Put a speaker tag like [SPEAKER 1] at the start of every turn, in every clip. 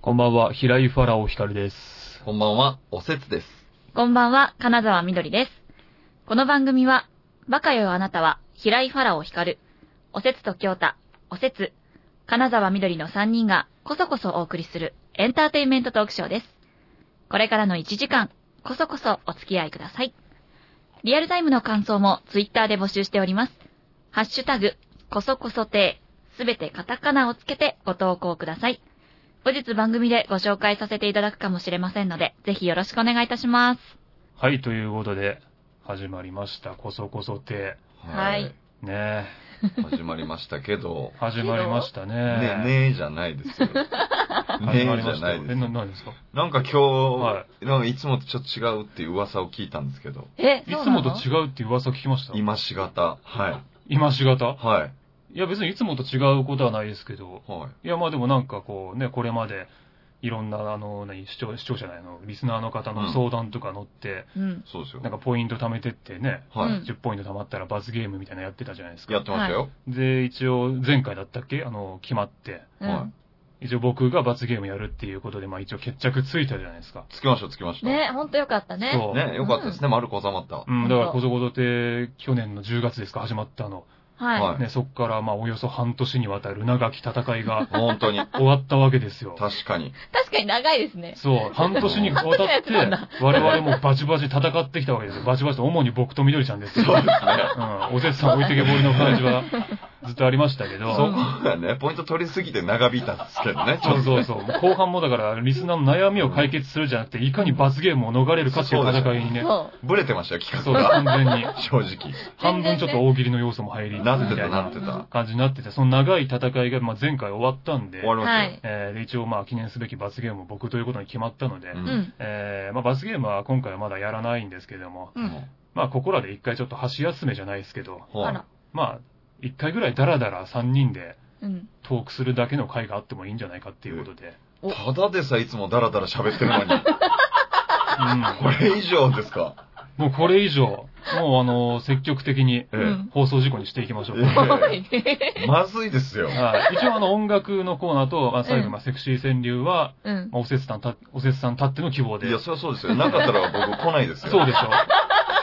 [SPEAKER 1] こんばんは、平井ファラオ光です。
[SPEAKER 2] こんばんは、おせつです。
[SPEAKER 3] こんばんは、金沢みどりです。この番組は、バカよあなたは、平井ファラオ光る、おせつと京太、おせつ、金沢みどりの3人が、こそこそお送りする、エンターテインメントトークショーです。これからの1時間、こそこそお付き合いください。リアルタイムの感想も、ツイッターで募集しております。ハッシュタグ、こそこそてい、すべてカタカナをつけてご投稿ください。後日番組でご紹介させていただくかもしれませんので、ぜひよろしくお願いいたします。
[SPEAKER 1] はい、ということで、始まりました、こそこそて。
[SPEAKER 3] はい。
[SPEAKER 1] ね
[SPEAKER 2] 始まりましたけど
[SPEAKER 1] え、、始まりましたね。
[SPEAKER 2] ねえ、ねえじゃないで すよ。ねえ
[SPEAKER 1] 始まり
[SPEAKER 2] じ
[SPEAKER 1] ま
[SPEAKER 2] ゃ
[SPEAKER 1] した
[SPEAKER 2] な
[SPEAKER 1] よ。
[SPEAKER 2] いで
[SPEAKER 1] え、
[SPEAKER 2] す
[SPEAKER 1] な、
[SPEAKER 2] よ。
[SPEAKER 1] 何ですか
[SPEAKER 2] なんか今日、、
[SPEAKER 1] はい
[SPEAKER 2] なんかいつもとちょっと違うっていう噂を聞いたんですけど、
[SPEAKER 3] え、
[SPEAKER 1] い
[SPEAKER 3] そう
[SPEAKER 1] つ
[SPEAKER 3] な
[SPEAKER 1] も
[SPEAKER 3] の
[SPEAKER 1] と違うっていう噂聞きました。
[SPEAKER 2] 今しがた。はい。
[SPEAKER 1] 今しがた
[SPEAKER 2] はい。
[SPEAKER 1] いや、別にいつもと違うことはないですけど、
[SPEAKER 2] はい
[SPEAKER 1] や、まあでもなんかこうね、これまで、いろんな、あの、何、視聴、視聴者ないの、リスナーの方
[SPEAKER 2] う
[SPEAKER 1] の
[SPEAKER 2] ん
[SPEAKER 1] 相談とか乗って、
[SPEAKER 3] う
[SPEAKER 2] い
[SPEAKER 3] ん。。
[SPEAKER 2] そうですよ。
[SPEAKER 1] なんかポイント貯めてってね、
[SPEAKER 2] はい、
[SPEAKER 3] うん
[SPEAKER 1] 10ポイント貯まったら罰ゲームみたいなのやってたじゃないですか。
[SPEAKER 2] やってましたよ。
[SPEAKER 1] で、一応、前回だったっけあの、決まって。
[SPEAKER 3] うん
[SPEAKER 2] は
[SPEAKER 1] 一応僕が罰ゲームやるっていうことで、まあ一応決着ついたじゃないですか。
[SPEAKER 2] つきました、つきました。
[SPEAKER 3] ね、ほんとよかったね。
[SPEAKER 1] そう。
[SPEAKER 2] ねよかったですね。丸く収まった。
[SPEAKER 1] うん、だから、こぞこぞって、去年の10月ですか、始まったの。
[SPEAKER 3] は。
[SPEAKER 2] はいい
[SPEAKER 1] ね、そっから、まあ、およそ半年にわたる長き戦いが
[SPEAKER 2] 本当に。
[SPEAKER 1] 終わったわけですよ。
[SPEAKER 2] 確かに。
[SPEAKER 3] 確かに長いですね。
[SPEAKER 1] そう、半年にわたって
[SPEAKER 3] 半年やってたんだ、
[SPEAKER 1] 我々もバチバチ戦ってきたわけですよ。バチバチと、主に僕と緑ちゃんですけど、うん、おせつさん置いてけぼりの感じはずっとありましたけ
[SPEAKER 2] そ
[SPEAKER 1] ど、
[SPEAKER 2] こがね、ポイント取りすぎて長引いたんですけどね。ち
[SPEAKER 1] そ
[SPEAKER 2] ょ
[SPEAKER 1] う
[SPEAKER 2] っと
[SPEAKER 1] そうそう。もう後半もだから、リスナーの悩みを解決するじゃなくて、いかに罰ゲームを逃れるかっていう戦いにね、
[SPEAKER 3] そ
[SPEAKER 2] ブレてましたよ、企
[SPEAKER 1] そう、
[SPEAKER 2] 画が。
[SPEAKER 1] 完全に。
[SPEAKER 2] 正直。
[SPEAKER 1] 半分ちょっと大喜利の要素も入り、みた
[SPEAKER 2] なってた、
[SPEAKER 1] い
[SPEAKER 2] なって
[SPEAKER 3] う
[SPEAKER 2] た。
[SPEAKER 1] 感じになってて、その長い戦いが、まあ、前回終わったんで
[SPEAKER 2] 終、わ
[SPEAKER 3] う。
[SPEAKER 2] りま
[SPEAKER 3] は
[SPEAKER 2] したよ。
[SPEAKER 3] い。
[SPEAKER 1] えーで一応まあ記念すべき罰ゲームも僕ということに決まったので、
[SPEAKER 2] う
[SPEAKER 3] うんん。
[SPEAKER 1] えーまあ、罰ゲームは今回はまだやらないんですけども、
[SPEAKER 3] う
[SPEAKER 2] も
[SPEAKER 3] ん。
[SPEAKER 1] まあ、ここらで一回ちょっと箸休めじゃないですけど、
[SPEAKER 2] うは
[SPEAKER 3] あ
[SPEAKER 2] い
[SPEAKER 3] ら。
[SPEAKER 1] まあ、一回ぐらいダラダラ3人で
[SPEAKER 3] うん。
[SPEAKER 1] トークするだけの回があってもいいんじゃないかっていうことで、
[SPEAKER 3] お
[SPEAKER 2] ただでさえいつもダラダラ喋ってるのに、
[SPEAKER 1] うん
[SPEAKER 2] これ以上です か
[SPEAKER 1] もうこれ以上、もうあの、積極的に
[SPEAKER 2] え
[SPEAKER 3] うん
[SPEAKER 1] 放送事故にしていきましょう。
[SPEAKER 2] ええ
[SPEAKER 3] はい。
[SPEAKER 2] まずいですよ。
[SPEAKER 1] はい一応あの音楽のコーナーと、まあ、最後、まあ、セクシー川柳は、
[SPEAKER 3] うん。
[SPEAKER 1] まあおせつさんた、おせつさんたっての希望で。
[SPEAKER 2] いや、そりゃそうですよ。なかったら僕来ないですよ。
[SPEAKER 1] そうでしょ。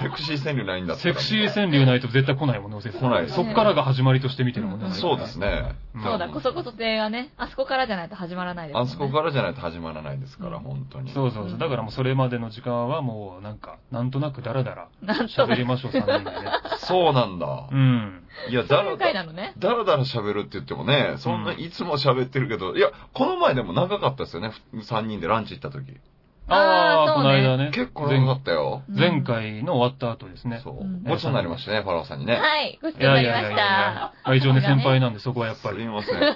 [SPEAKER 2] セクシー川柳ないんだった
[SPEAKER 1] セ
[SPEAKER 2] ら。
[SPEAKER 1] クシー川柳ないと絶対来ないもんね、おせつさん。
[SPEAKER 2] 来ないです
[SPEAKER 1] そっからが始まりとして見てるもんね。
[SPEAKER 3] うん
[SPEAKER 2] そうですね。
[SPEAKER 1] うん。
[SPEAKER 3] そうだ、こそこそ亭はね、あそこからじゃないと始まらないですもん
[SPEAKER 2] あ
[SPEAKER 3] ね。
[SPEAKER 2] そこからじゃないと始まらないですから、
[SPEAKER 3] うん
[SPEAKER 2] 本当に。
[SPEAKER 1] そうそうそう。だからもうそれまでの時間はもう、なんか、なんとなくダラダラ
[SPEAKER 3] なんと
[SPEAKER 1] 喋
[SPEAKER 3] なく
[SPEAKER 1] りましょう、3人でね。
[SPEAKER 2] そうなんだ
[SPEAKER 1] う。ん。
[SPEAKER 2] いや、
[SPEAKER 3] そ
[SPEAKER 2] だ
[SPEAKER 3] うい
[SPEAKER 2] ら
[SPEAKER 3] う回
[SPEAKER 2] だ
[SPEAKER 3] なのね。
[SPEAKER 2] らだら喋るって言ってもね、そんな、
[SPEAKER 1] うん
[SPEAKER 2] いつも喋ってるけど、いや、この前でも長かったですよね、3人でランチ行った時。
[SPEAKER 3] あー
[SPEAKER 1] ーこの間ね。
[SPEAKER 2] 結構長かったよ。
[SPEAKER 3] うん
[SPEAKER 1] 前前回の終わった後ですね。
[SPEAKER 2] そう。
[SPEAKER 3] うん
[SPEAKER 2] ごちそうになりましたね、ファラオさんにね。
[SPEAKER 3] はい。ごちそうになりま
[SPEAKER 1] い
[SPEAKER 3] した。
[SPEAKER 1] まあ一応ね、先輩なんでそこはやっぱ
[SPEAKER 2] すみ
[SPEAKER 1] り。
[SPEAKER 2] ません。 な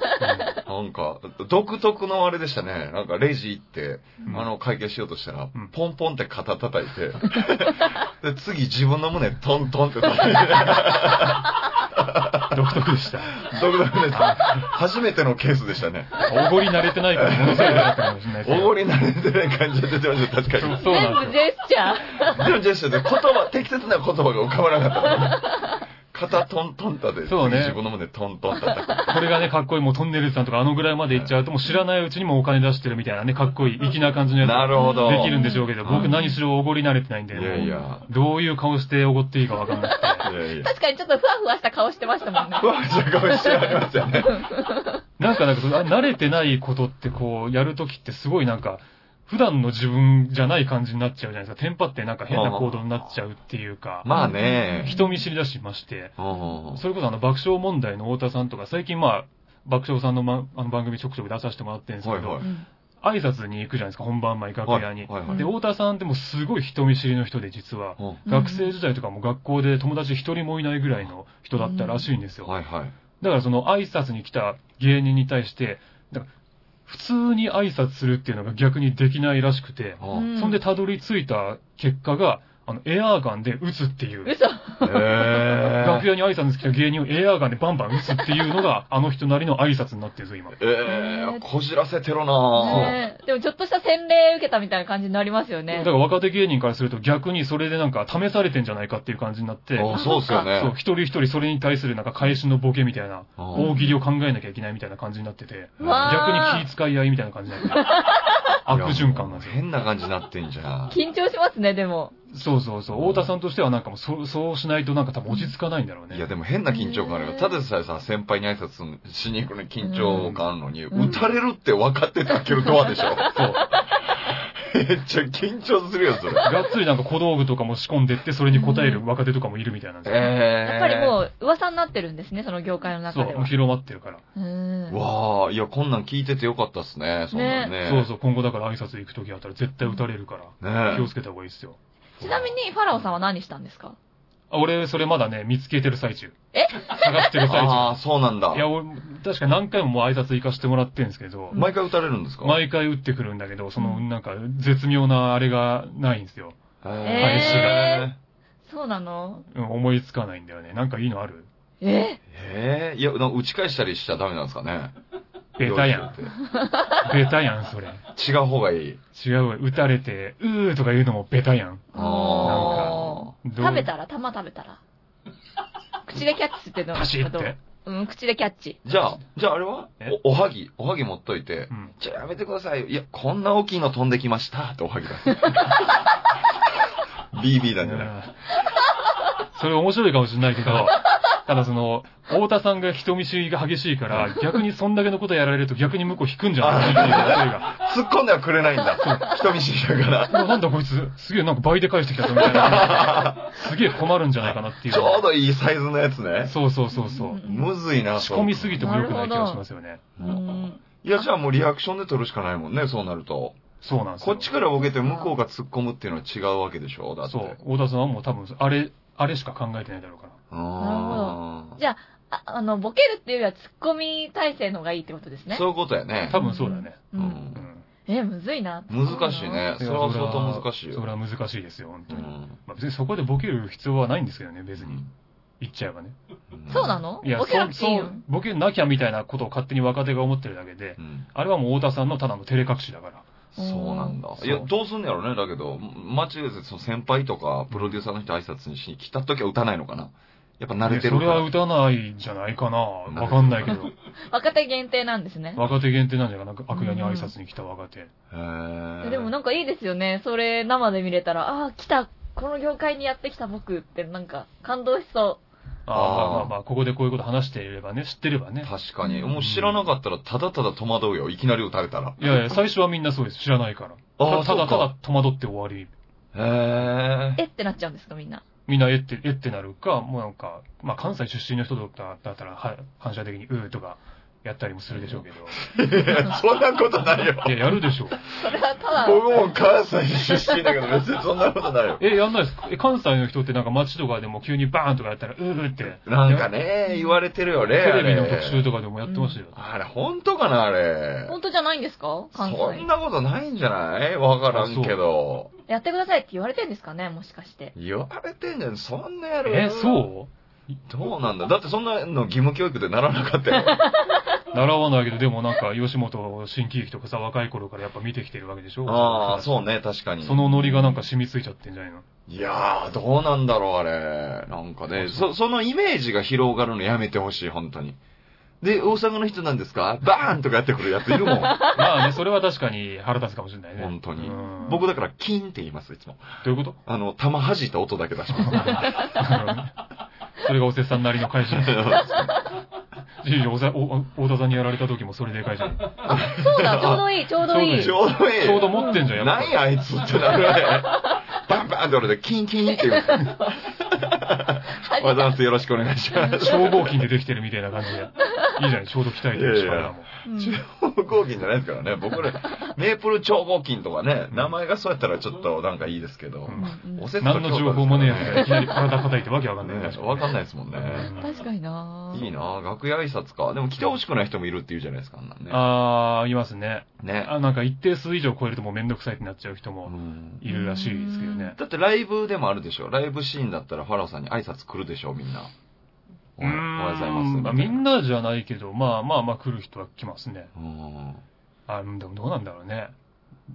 [SPEAKER 2] んか、独特のあれでしたね。なんか、レジ行って、
[SPEAKER 1] うん
[SPEAKER 2] あの、会計しようとしたら、
[SPEAKER 1] うん
[SPEAKER 2] ポンポンって肩叩いて、 で、次自分の胸トントンって叩いて、
[SPEAKER 1] 独特でした。
[SPEAKER 2] 独特です。初めてのケースでしたね。
[SPEAKER 1] おごり慣れてないから、ものすごい良かったかもしれないですけど
[SPEAKER 2] おごり慣れてない感じで出てました、確かに。
[SPEAKER 1] そう
[SPEAKER 3] 全
[SPEAKER 1] なんです
[SPEAKER 3] 部ジ
[SPEAKER 1] よ。
[SPEAKER 3] ェスチャ
[SPEAKER 2] でもジェスチャーで言葉、適切な言葉が浮かばなかった。肩トントン叩いて、
[SPEAKER 1] そうね
[SPEAKER 2] 次自分の胸トントン叩く。
[SPEAKER 1] これがね、かっこいい、もうトンネルズさんとかあのぐらいまで行っちゃうと、もう知らないうちにもうお金出してるみたいなね、かっこいい、粋な感じのやつ
[SPEAKER 2] なるほど。
[SPEAKER 1] できるんでしょうけど、
[SPEAKER 2] う
[SPEAKER 1] 僕
[SPEAKER 2] ん
[SPEAKER 1] 何しろおごり慣れてないんで、
[SPEAKER 2] いやいや。
[SPEAKER 1] どういう顔しておごっていいかわかんなくて。
[SPEAKER 2] いやい
[SPEAKER 3] ー。
[SPEAKER 2] や。
[SPEAKER 3] 確かにちょっとふわふわした顔してましたもんね。
[SPEAKER 2] ふわふわした顔してありますよね。
[SPEAKER 1] なんかなんかそう、あ慣れてないことってこう、やるときってすごいなんか、普段の自分じゃない感じになっちゃうじゃないですか。テンパってなんか変な行動になっちゃうっていうか、
[SPEAKER 2] まあね。
[SPEAKER 1] 人見知りだしまして、
[SPEAKER 2] うん
[SPEAKER 1] それこそあの爆笑問題の太田さんとか、最近まあ、爆笑さんの,、ま、あの番組ちょくちょく出させてもらってるんですけど、
[SPEAKER 2] はいは
[SPEAKER 3] うん
[SPEAKER 1] 挨拶に行くじゃないですか、本番前、楽
[SPEAKER 2] はい
[SPEAKER 1] 屋に。
[SPEAKER 2] はいはい
[SPEAKER 1] で、太田さんってもうすごい人見知りの人で、実は。
[SPEAKER 2] うん
[SPEAKER 3] うん
[SPEAKER 1] 学生時代とかも学校で友達一人もいないぐらいの人だったらしいんですよ。
[SPEAKER 2] はいはい。
[SPEAKER 1] だからその挨拶に来た芸人に対して、なんか普通に挨拶するっていうのが逆にできないらしくて、
[SPEAKER 2] うん
[SPEAKER 3] うん
[SPEAKER 1] そんでたどり着いた結果が、あの、エアーガンで撃つっていう、
[SPEAKER 3] 嘘。
[SPEAKER 2] え
[SPEAKER 1] 楽屋に挨拶来た芸人をエアーガンでバンバン撃つっていうのが、あの人なりの挨拶になってるぞ、今。
[SPEAKER 2] えー、こじらせてろなぁ。
[SPEAKER 3] ねえでもちょっとした洗礼受けたみたいな感じになりますよ
[SPEAKER 1] だ
[SPEAKER 3] ね
[SPEAKER 1] か。ら若手芸人からすると逆にそれでなんか試されてんじゃないかっていう感じになって、
[SPEAKER 2] あそうっすよね。
[SPEAKER 1] そう、一人一人それに対するなんか返しのボケみたいな、
[SPEAKER 2] あ
[SPEAKER 1] 大喜利を考えなきゃいけないみたいな感じになってて、
[SPEAKER 3] うわ
[SPEAKER 1] 逆
[SPEAKER 3] ー
[SPEAKER 1] に気遣い合いみたいな感じに なってる悪循環なんですよ。
[SPEAKER 2] 変な感じになってんじ ゃん。
[SPEAKER 3] 緊張しますね、でも。
[SPEAKER 1] そうそうそう。太田さんとしてはなんかもうそ、そうしないとなんか多分落ち着かないんだろうね。
[SPEAKER 2] いや、でも変な緊張感あるよ。ただでさえさ、先輩に挨拶しに行くのに緊張感あるのに、
[SPEAKER 3] うん
[SPEAKER 2] 撃たれるって分かってたけるドアでしょ。
[SPEAKER 1] そう。
[SPEAKER 2] めっちゃ緊張するよ、それ。
[SPEAKER 1] がっつりなんか小道具とかも仕込んでって、それに応える若手とかもいるみたいなんですよ。
[SPEAKER 2] えー。
[SPEAKER 3] やっぱりもう噂になってるんですね、その業界の
[SPEAKER 1] そ
[SPEAKER 3] 中で
[SPEAKER 1] う、もう
[SPEAKER 3] は。
[SPEAKER 1] 広まってるから。
[SPEAKER 3] うん。
[SPEAKER 2] わあ、いや、こんなん聞いててよかったっすね、そんなんね。
[SPEAKER 1] そうそう、今後だから挨拶行くときあったら絶対打たれるから、
[SPEAKER 2] ね
[SPEAKER 1] 気をつけた方がいいですよ。
[SPEAKER 3] ちなみに、ファラオさんは何したんですか
[SPEAKER 1] あ俺、それまだね、見つけてる最中。
[SPEAKER 3] え
[SPEAKER 1] 探してる最中。
[SPEAKER 2] ああ、そうなんだ
[SPEAKER 1] い。や、俺、確か何回ももう挨拶行かしてもらってるんですけど、
[SPEAKER 2] 毎回打たれるんですか
[SPEAKER 1] 毎回打ってくるんだけど、その、
[SPEAKER 3] うん
[SPEAKER 1] なんか、絶妙なあれがないんですよ。
[SPEAKER 2] え
[SPEAKER 1] 返し
[SPEAKER 3] がそうなの
[SPEAKER 1] うん思いつかないんだよね。なんかいいのある
[SPEAKER 3] え
[SPEAKER 2] えー、いや、なんか打ち返したりしちゃダメなんですかね。
[SPEAKER 1] ベタやん。
[SPEAKER 2] ん。
[SPEAKER 1] ベタやん、それ。
[SPEAKER 2] 違う方がいい。
[SPEAKER 1] 違うわ、打たれて、うーとか言うのもベタやん。
[SPEAKER 3] あ
[SPEAKER 1] なん
[SPEAKER 3] ー
[SPEAKER 1] かどう
[SPEAKER 3] 食べたら玉食 べたら口でキャッチっての
[SPEAKER 1] パシって。
[SPEAKER 3] うん、口でキャッチ。
[SPEAKER 2] じゃあ、じゃああれは
[SPEAKER 1] え
[SPEAKER 2] お、おはぎ、おはぎ持っといて
[SPEAKER 1] う、ん。
[SPEAKER 2] じゃあやめてくださいよ。いや、こんな大きいの飛んできました。っておはぎだ。BB なんじゃない
[SPEAKER 1] それ面白いかもしれないけど、ただその、太田さんが人見知りが激しいから、逆にそんだけのことやられると逆に向こう引くんじゃないかっていう 声が。
[SPEAKER 2] 突っ込んではくれないんだ。人見知りだか
[SPEAKER 1] うわ
[SPEAKER 2] ら。
[SPEAKER 1] なんだこいつ、すげえなんか倍で返してきたぞみたいな。 すげえ困るんじゃないかなっていう。
[SPEAKER 2] ちょうどいいサイズのやつね。
[SPEAKER 1] そうそうそうそう。
[SPEAKER 2] むずいな、
[SPEAKER 1] 仕込みすぎても良くない気
[SPEAKER 3] な
[SPEAKER 1] が
[SPEAKER 3] るほど
[SPEAKER 1] しますよね。
[SPEAKER 3] う。ん。
[SPEAKER 2] いや、じゃあもうリアクションで取るしかないもんね、そうなると。
[SPEAKER 1] そうなんです
[SPEAKER 2] こ
[SPEAKER 1] よ。
[SPEAKER 2] っちからボケて向こうが突っ込むっていうのは違うわけでしょだって。
[SPEAKER 1] そう。太田さんはもう多分、あれ、あれしか考えてないだろうから。
[SPEAKER 2] うーん。
[SPEAKER 3] じゃあ、あの、ボケるっていうよりはツッコミ体制の方がいいってことですね。
[SPEAKER 2] そういうことやね
[SPEAKER 1] 多。分そうだね。
[SPEAKER 3] う。
[SPEAKER 2] うんん
[SPEAKER 1] うん。
[SPEAKER 3] え、むずいな。
[SPEAKER 2] 難しいね。それは相当難しい
[SPEAKER 1] それは
[SPEAKER 2] よ。
[SPEAKER 1] 難しいですよ、本
[SPEAKER 2] う
[SPEAKER 1] 当に。
[SPEAKER 2] ん
[SPEAKER 1] まあ、別にそこでボケる必要はないんですけどね、別に。言っちゃえばね。
[SPEAKER 3] そうなの
[SPEAKER 1] いや、
[SPEAKER 3] ボケなくていい
[SPEAKER 1] そ
[SPEAKER 3] よ
[SPEAKER 1] う、。ボケなきゃみたいなことを勝手に若手が思ってるだけで
[SPEAKER 2] う、ん
[SPEAKER 1] あれはもう太田さんのただの照れ隠しだから。
[SPEAKER 2] そうなんだ。
[SPEAKER 1] そう
[SPEAKER 2] いや、どうすんのやろね。だけど、間違いでその先輩とか、プロデューサーの人挨拶にしに来た時は打たないのかな。やっぱ慣れてる
[SPEAKER 1] そ
[SPEAKER 2] か
[SPEAKER 1] れ
[SPEAKER 2] ら。
[SPEAKER 1] は打たないんじゃないかな。わかんないけど。
[SPEAKER 3] 若手限定なんですね。
[SPEAKER 1] 若手限定なんじゃないかな。悪夜に挨拶に来た若手。
[SPEAKER 2] へー
[SPEAKER 3] でもなんかいいですよね。それ生で見れたら、ああ、来た、この業界にやってきた僕ってなんか感動しそ
[SPEAKER 1] ああ、
[SPEAKER 2] あー
[SPEAKER 1] まあまあ、ここでこういうこと話していればね、知ってればね。
[SPEAKER 2] 確かに。もう知らなかったら、ただただ戸惑うよ。いきなり打たれたら。
[SPEAKER 1] いやいや、最初はみんなそうです。知らないから。
[SPEAKER 2] あ
[SPEAKER 1] た
[SPEAKER 2] あ
[SPEAKER 1] ただ
[SPEAKER 2] そ
[SPEAKER 1] た
[SPEAKER 2] う
[SPEAKER 1] だ
[SPEAKER 2] か
[SPEAKER 1] 戸惑って終わり。
[SPEAKER 2] へ
[SPEAKER 3] う。えってなっちゃうんですか、みんな。
[SPEAKER 1] みんなえって、えってなるか、もうなんか、まあ関西出身の人だったら、だったらは反射的にうーとかやったりもするでしょうけど。
[SPEAKER 2] え。 そんなことないよ。
[SPEAKER 1] いや、やるでしょう。
[SPEAKER 3] それはただ、
[SPEAKER 2] 僕も関西出身だけど、別にそんなこ とないよ。
[SPEAKER 1] え、やんないですかえ、関西の人ってなんか街とかでも急にバーンとかやったら、うーって。
[SPEAKER 2] なんかね、言われてるよね。
[SPEAKER 1] テ
[SPEAKER 2] あ
[SPEAKER 1] レビ
[SPEAKER 2] れ
[SPEAKER 1] の特集とかでもやってましたよ。
[SPEAKER 2] あれ、本当かな、あれ。
[SPEAKER 3] 本当じゃないんですか関
[SPEAKER 2] そ
[SPEAKER 3] 西
[SPEAKER 2] ん。なことないんじゃないわからんけど。
[SPEAKER 3] やってくださいって言われてんですかね、もしかして。
[SPEAKER 2] 言われてんじゃん、そんなやる
[SPEAKER 1] え、そう
[SPEAKER 2] どうなんだだってそんなの義務教育でならなかっ たよ。
[SPEAKER 1] 習わないけど、でもなんか、吉本新喜劇とかさ、若い頃からやっぱ見てきてるわけでしょ
[SPEAKER 2] ああ、そうね、確かに。
[SPEAKER 1] そのノリがなんか染みついちゃってんじゃないの
[SPEAKER 2] いやー、どうなんだろう、あれ。なんかね、そ、そのイメージが広がるのやめてほしい、本当に。で、大阪の人なんですかバーンとかやってくるやついるもん。
[SPEAKER 1] まあね、それは確かに腹立つかもしれないね。
[SPEAKER 2] 本当に
[SPEAKER 1] うん。
[SPEAKER 2] 僕だから、キンって言います、いつも。
[SPEAKER 1] どういうこと
[SPEAKER 2] あの、弾弾いた音だけ出します。
[SPEAKER 1] それがおせさんなりの会社。いやいやおさおお大田さんにやられた時もそれでかいじゃん。
[SPEAKER 3] そうだ、ちょうどいい、ちょうどいい。
[SPEAKER 2] ちょうどいい。
[SPEAKER 1] ちょうど持ってんじゃん、やっぱ
[SPEAKER 2] 何やあいつってなるね。バンバンって俺で、キンキンって言う。わざわざよろしくお願いします。
[SPEAKER 1] 消防金でできてるみたいな感じで。いいじゃない、ちょうど鍛えてる力も。
[SPEAKER 3] うん
[SPEAKER 2] 超合金じゃないですからね。僕ら、メープル超合金とかね、名前がそうやったらちょっとなんかいいですけど、
[SPEAKER 1] うん
[SPEAKER 3] うん
[SPEAKER 2] おせ
[SPEAKER 1] 何の情報もねえやつがいきなり体叩いてわけわかんない
[SPEAKER 2] ねわかんないですもんね。
[SPEAKER 3] 確かにない
[SPEAKER 2] いな楽屋挨拶か。でも来てほしくない人もいるって言うじゃないですか、あんなんね。
[SPEAKER 1] あー、いますね。
[SPEAKER 2] ね。
[SPEAKER 1] あなんか一定数以上超えるともうめんどくさいってなっちゃう人
[SPEAKER 2] う
[SPEAKER 1] も
[SPEAKER 2] ん
[SPEAKER 1] いるらしいですけどね。
[SPEAKER 2] だってライブでもあるでしょ。ライブシーンだったらファラオさんに挨拶来るでしょ、みんな。おはようおはようございま
[SPEAKER 1] う
[SPEAKER 2] す
[SPEAKER 1] ーん
[SPEAKER 2] みた
[SPEAKER 1] あ
[SPEAKER 2] いな。
[SPEAKER 1] みんなじゃないけど、まあまあまあ来る人は来ますね。
[SPEAKER 2] うん
[SPEAKER 1] あ、うんでもどうなんだろうね。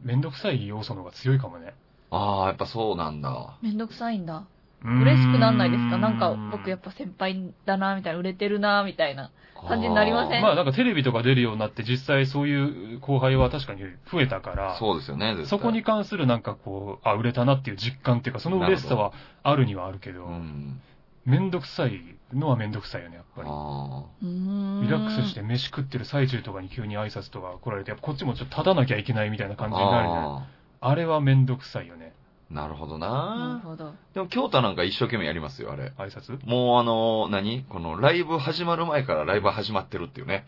[SPEAKER 1] めんどくさい要素の方が強いかもね。
[SPEAKER 2] ああ、やっぱそうなんだ。
[SPEAKER 3] めんどくさいんだ。
[SPEAKER 1] うーん
[SPEAKER 3] 嬉しくなんないですかなんか、僕やっぱ先輩だな、みたいな、売れてるな、みたいな。感じになりません
[SPEAKER 1] まあなんかテレビとか出るようになって実際そういう後輩は確かに増えたから、
[SPEAKER 2] そうですよね、絶対
[SPEAKER 1] そこに、関するなんかこう、あ、売れたなっていう実感っていうか、その嬉しさはあるにはあるけど、
[SPEAKER 2] うん。
[SPEAKER 1] めんどくさいのはめんどくさいよね、やっぱり。
[SPEAKER 2] あ
[SPEAKER 3] うーん。
[SPEAKER 1] リラックスして飯食ってる最中とかに急に挨拶とか来られて、やっぱこっちもちょっと立たなきゃいけないみたいな
[SPEAKER 2] あ。
[SPEAKER 1] 感じになるじゃない
[SPEAKER 2] あ
[SPEAKER 1] あれはめんどくさいよね。
[SPEAKER 2] あなるほど
[SPEAKER 3] なる
[SPEAKER 2] な。
[SPEAKER 3] ほど。
[SPEAKER 2] でも、京太なんか一生懸命やりますよ、あれ。
[SPEAKER 1] 挨拶
[SPEAKER 2] もうあのー、何このライブ始まる前からライブ始まってるっていうね。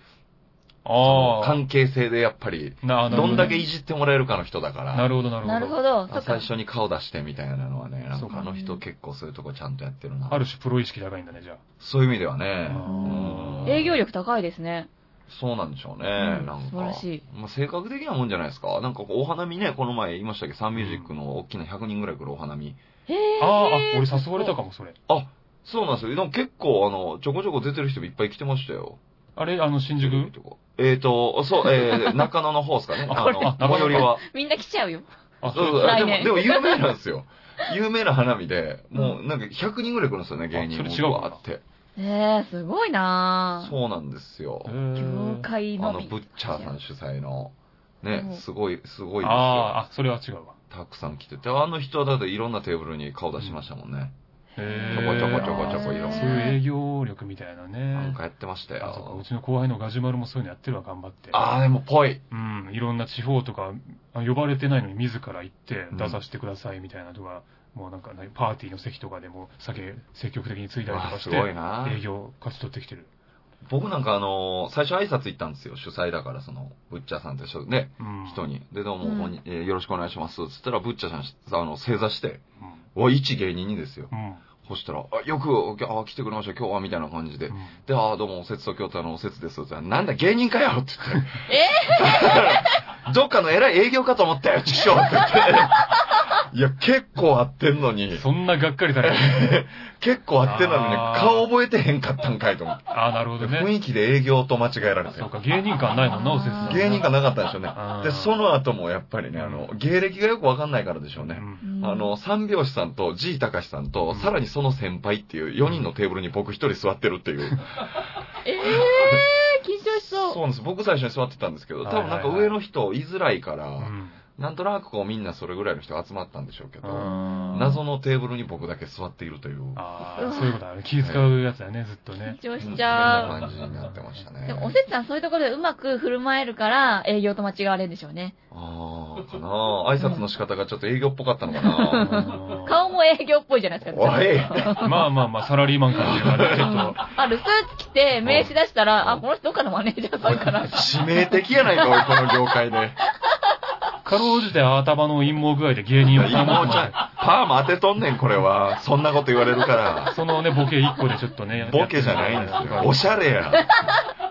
[SPEAKER 1] あ
[SPEAKER 2] 関係性でやっぱり、
[SPEAKER 1] あ。ななる
[SPEAKER 2] ど
[SPEAKER 1] ほ
[SPEAKER 2] んだけいじってもらえるかの人だから。
[SPEAKER 1] なるほど、なるほど。
[SPEAKER 3] なるほど。そっか
[SPEAKER 2] 最。初に顔出してみたいなのはね、な
[SPEAKER 1] そ
[SPEAKER 2] ん
[SPEAKER 1] うか
[SPEAKER 2] かあの人結構そういうとこちゃんとやってるな。
[SPEAKER 1] ある種プロ意識高いんだね、じゃ
[SPEAKER 2] そういう意味ではね
[SPEAKER 1] あ。
[SPEAKER 2] うん。
[SPEAKER 3] 営業力高いですね。
[SPEAKER 2] そうなんでしょうね。
[SPEAKER 3] うん
[SPEAKER 2] なんか。
[SPEAKER 3] 素晴らしい。
[SPEAKER 2] まあ、性格的なもんじゃないですか。なんかこうお花見ね、この前言いましたけど、サンミュージックの大きな100人ぐらい来るお花見。
[SPEAKER 3] へ
[SPEAKER 1] あ。
[SPEAKER 3] ー
[SPEAKER 1] ああ、あ、俺誘われたかも、それ。
[SPEAKER 2] そうなんですよ。でも結構、あの、ちょこちょこ出てる人もいっぱい来てましたよ。
[SPEAKER 1] あれ、あの、新宿
[SPEAKER 2] とかえーと、そう、えー、 中野の方ですかね。
[SPEAKER 1] あ
[SPEAKER 2] あ
[SPEAKER 1] こ
[SPEAKER 2] の
[SPEAKER 1] れあ、
[SPEAKER 2] 最寄りは。
[SPEAKER 3] みんな来ちゃうよ。
[SPEAKER 1] あ、
[SPEAKER 2] そう
[SPEAKER 1] そ
[SPEAKER 2] そう
[SPEAKER 1] れ、
[SPEAKER 2] で
[SPEAKER 3] 来
[SPEAKER 2] も、
[SPEAKER 3] 年
[SPEAKER 2] でも有名なんですよ。有名な花火で、もうなんか100人ぐらい来るんですよね、芸人
[SPEAKER 1] あ
[SPEAKER 2] も
[SPEAKER 1] それ違うかな
[SPEAKER 2] わーって。
[SPEAKER 3] ええ、すごいなぁ。
[SPEAKER 2] そうなんですよ。
[SPEAKER 1] へ
[SPEAKER 3] 業
[SPEAKER 1] ー
[SPEAKER 3] 界
[SPEAKER 2] あ
[SPEAKER 3] の
[SPEAKER 2] の、
[SPEAKER 3] み。
[SPEAKER 2] ブッチャーさん主催の、
[SPEAKER 3] うん
[SPEAKER 2] ね、すごい、すごいですよ。
[SPEAKER 1] ああ、あ、それは違うわ。
[SPEAKER 2] たくさん来てて、あの人はだっていろんなテーブルに顔出しましたもんね。
[SPEAKER 1] へ
[SPEAKER 2] ちょこちょこちょこちょこいろんな
[SPEAKER 1] そういう営業力みたいな
[SPEAKER 2] なん
[SPEAKER 1] ね。
[SPEAKER 2] かやってました
[SPEAKER 1] あそうかう
[SPEAKER 2] よ。
[SPEAKER 1] ちの後輩のガジュマルもそういうのやってるわ、頑張って。
[SPEAKER 2] ああ、でもぽい。
[SPEAKER 1] うん、いろんな地方とか、あ呼ばれてないのに自ら行って出させてくださいみたいなとか、もうなんか、ね、パーティーの席とかでも酒積極的についたりと
[SPEAKER 2] あ
[SPEAKER 1] か
[SPEAKER 2] ー
[SPEAKER 1] し
[SPEAKER 2] す
[SPEAKER 1] て、
[SPEAKER 2] ごいな。
[SPEAKER 1] 営業勝ち取ってきてる。
[SPEAKER 2] 僕なんかあのー、最初挨拶行ったんですよ。主催だから、その、ブッチャーさんと一緒でね、
[SPEAKER 1] うん。
[SPEAKER 2] 人に。で、どうも、
[SPEAKER 3] うん
[SPEAKER 2] ほんにえーよろしくお願いします。つったら、ブッチャーさん、あの、正座して、
[SPEAKER 1] うん。
[SPEAKER 2] わ、一芸人にですよ。
[SPEAKER 1] うん。
[SPEAKER 2] そしたら、あ、よく、あ、来てくれました、今日は、みたいな感じで
[SPEAKER 1] う。ん
[SPEAKER 2] で、あ、どうも、おせつと京都のおせつです。って言ったらなんだ、芸人かよって言って。え どっかの偉い営業かと思ったよ、ちくしょうって言って。いや、結構合ってんのに、
[SPEAKER 1] そんながっかりされて る。
[SPEAKER 2] 結構合ってんのにね
[SPEAKER 1] あー、
[SPEAKER 2] 顔覚えてへんかったんかいと思って。
[SPEAKER 1] ああ、なるほど
[SPEAKER 2] 雰
[SPEAKER 1] ね。
[SPEAKER 2] 囲気で営業と間違えられて
[SPEAKER 1] そうか、芸人感ないもんな、おせつさん
[SPEAKER 2] 芸人がなかったんでしょうね
[SPEAKER 1] あ。ー
[SPEAKER 2] で、その後もやっぱりね、あの、芸歴がよくわかんないからでしょう
[SPEAKER 1] う
[SPEAKER 2] ね。
[SPEAKER 1] ん
[SPEAKER 3] うん
[SPEAKER 2] あ、の、三拍子さんと G 高志さん
[SPEAKER 1] う
[SPEAKER 2] と
[SPEAKER 1] ん、
[SPEAKER 2] さらにその先輩っていう4人のテーブルに僕一人座ってるっていう。
[SPEAKER 3] ええー、緊張し
[SPEAKER 2] そう
[SPEAKER 3] そう。
[SPEAKER 2] なんです。僕最初に座ってたんですけど、多分なんか
[SPEAKER 1] はいはいはい
[SPEAKER 2] 上の人言いづらいから、
[SPEAKER 1] うん。
[SPEAKER 2] なんとなくこうみんなそれぐらいの人が集まったんでしょうけど、
[SPEAKER 1] あー
[SPEAKER 2] 謎のテーブルに僕だけ座っているという、
[SPEAKER 1] あー、そういうことだね。気遣うやつだね、ずっとね。
[SPEAKER 3] 緊張
[SPEAKER 2] そん
[SPEAKER 3] しちゃ
[SPEAKER 2] な
[SPEAKER 3] う。
[SPEAKER 2] 感じになってましたね。
[SPEAKER 3] でも、おせつさんそういうところでうまく振る舞えるから、営業と間違われるんでしょうね。
[SPEAKER 2] ああ、かなあ挨拶の仕方がちょっと営業っぽかったのか
[SPEAKER 1] あ
[SPEAKER 2] な
[SPEAKER 1] ー
[SPEAKER 3] 顔も営業っぽいじゃないですか。
[SPEAKER 2] おい
[SPEAKER 1] まあまあまあ、サラリーマン感っていうかね、ちょっと。
[SPEAKER 3] あ、ルスーツ着て、名刺出した
[SPEAKER 2] うん
[SPEAKER 3] ら、あ、この人どっかのマネージャーさん かな。
[SPEAKER 2] 致命的やないか、おい、この業界で。
[SPEAKER 1] かろうじて頭の陰謀具合で芸人を
[SPEAKER 2] いやもうちゃん、パーマ当てとんねん、これは。そんなこと言われるから。
[SPEAKER 1] そのね、ボケ一個でちょっとね。
[SPEAKER 2] ボケじゃないんですよ。おしゃれや。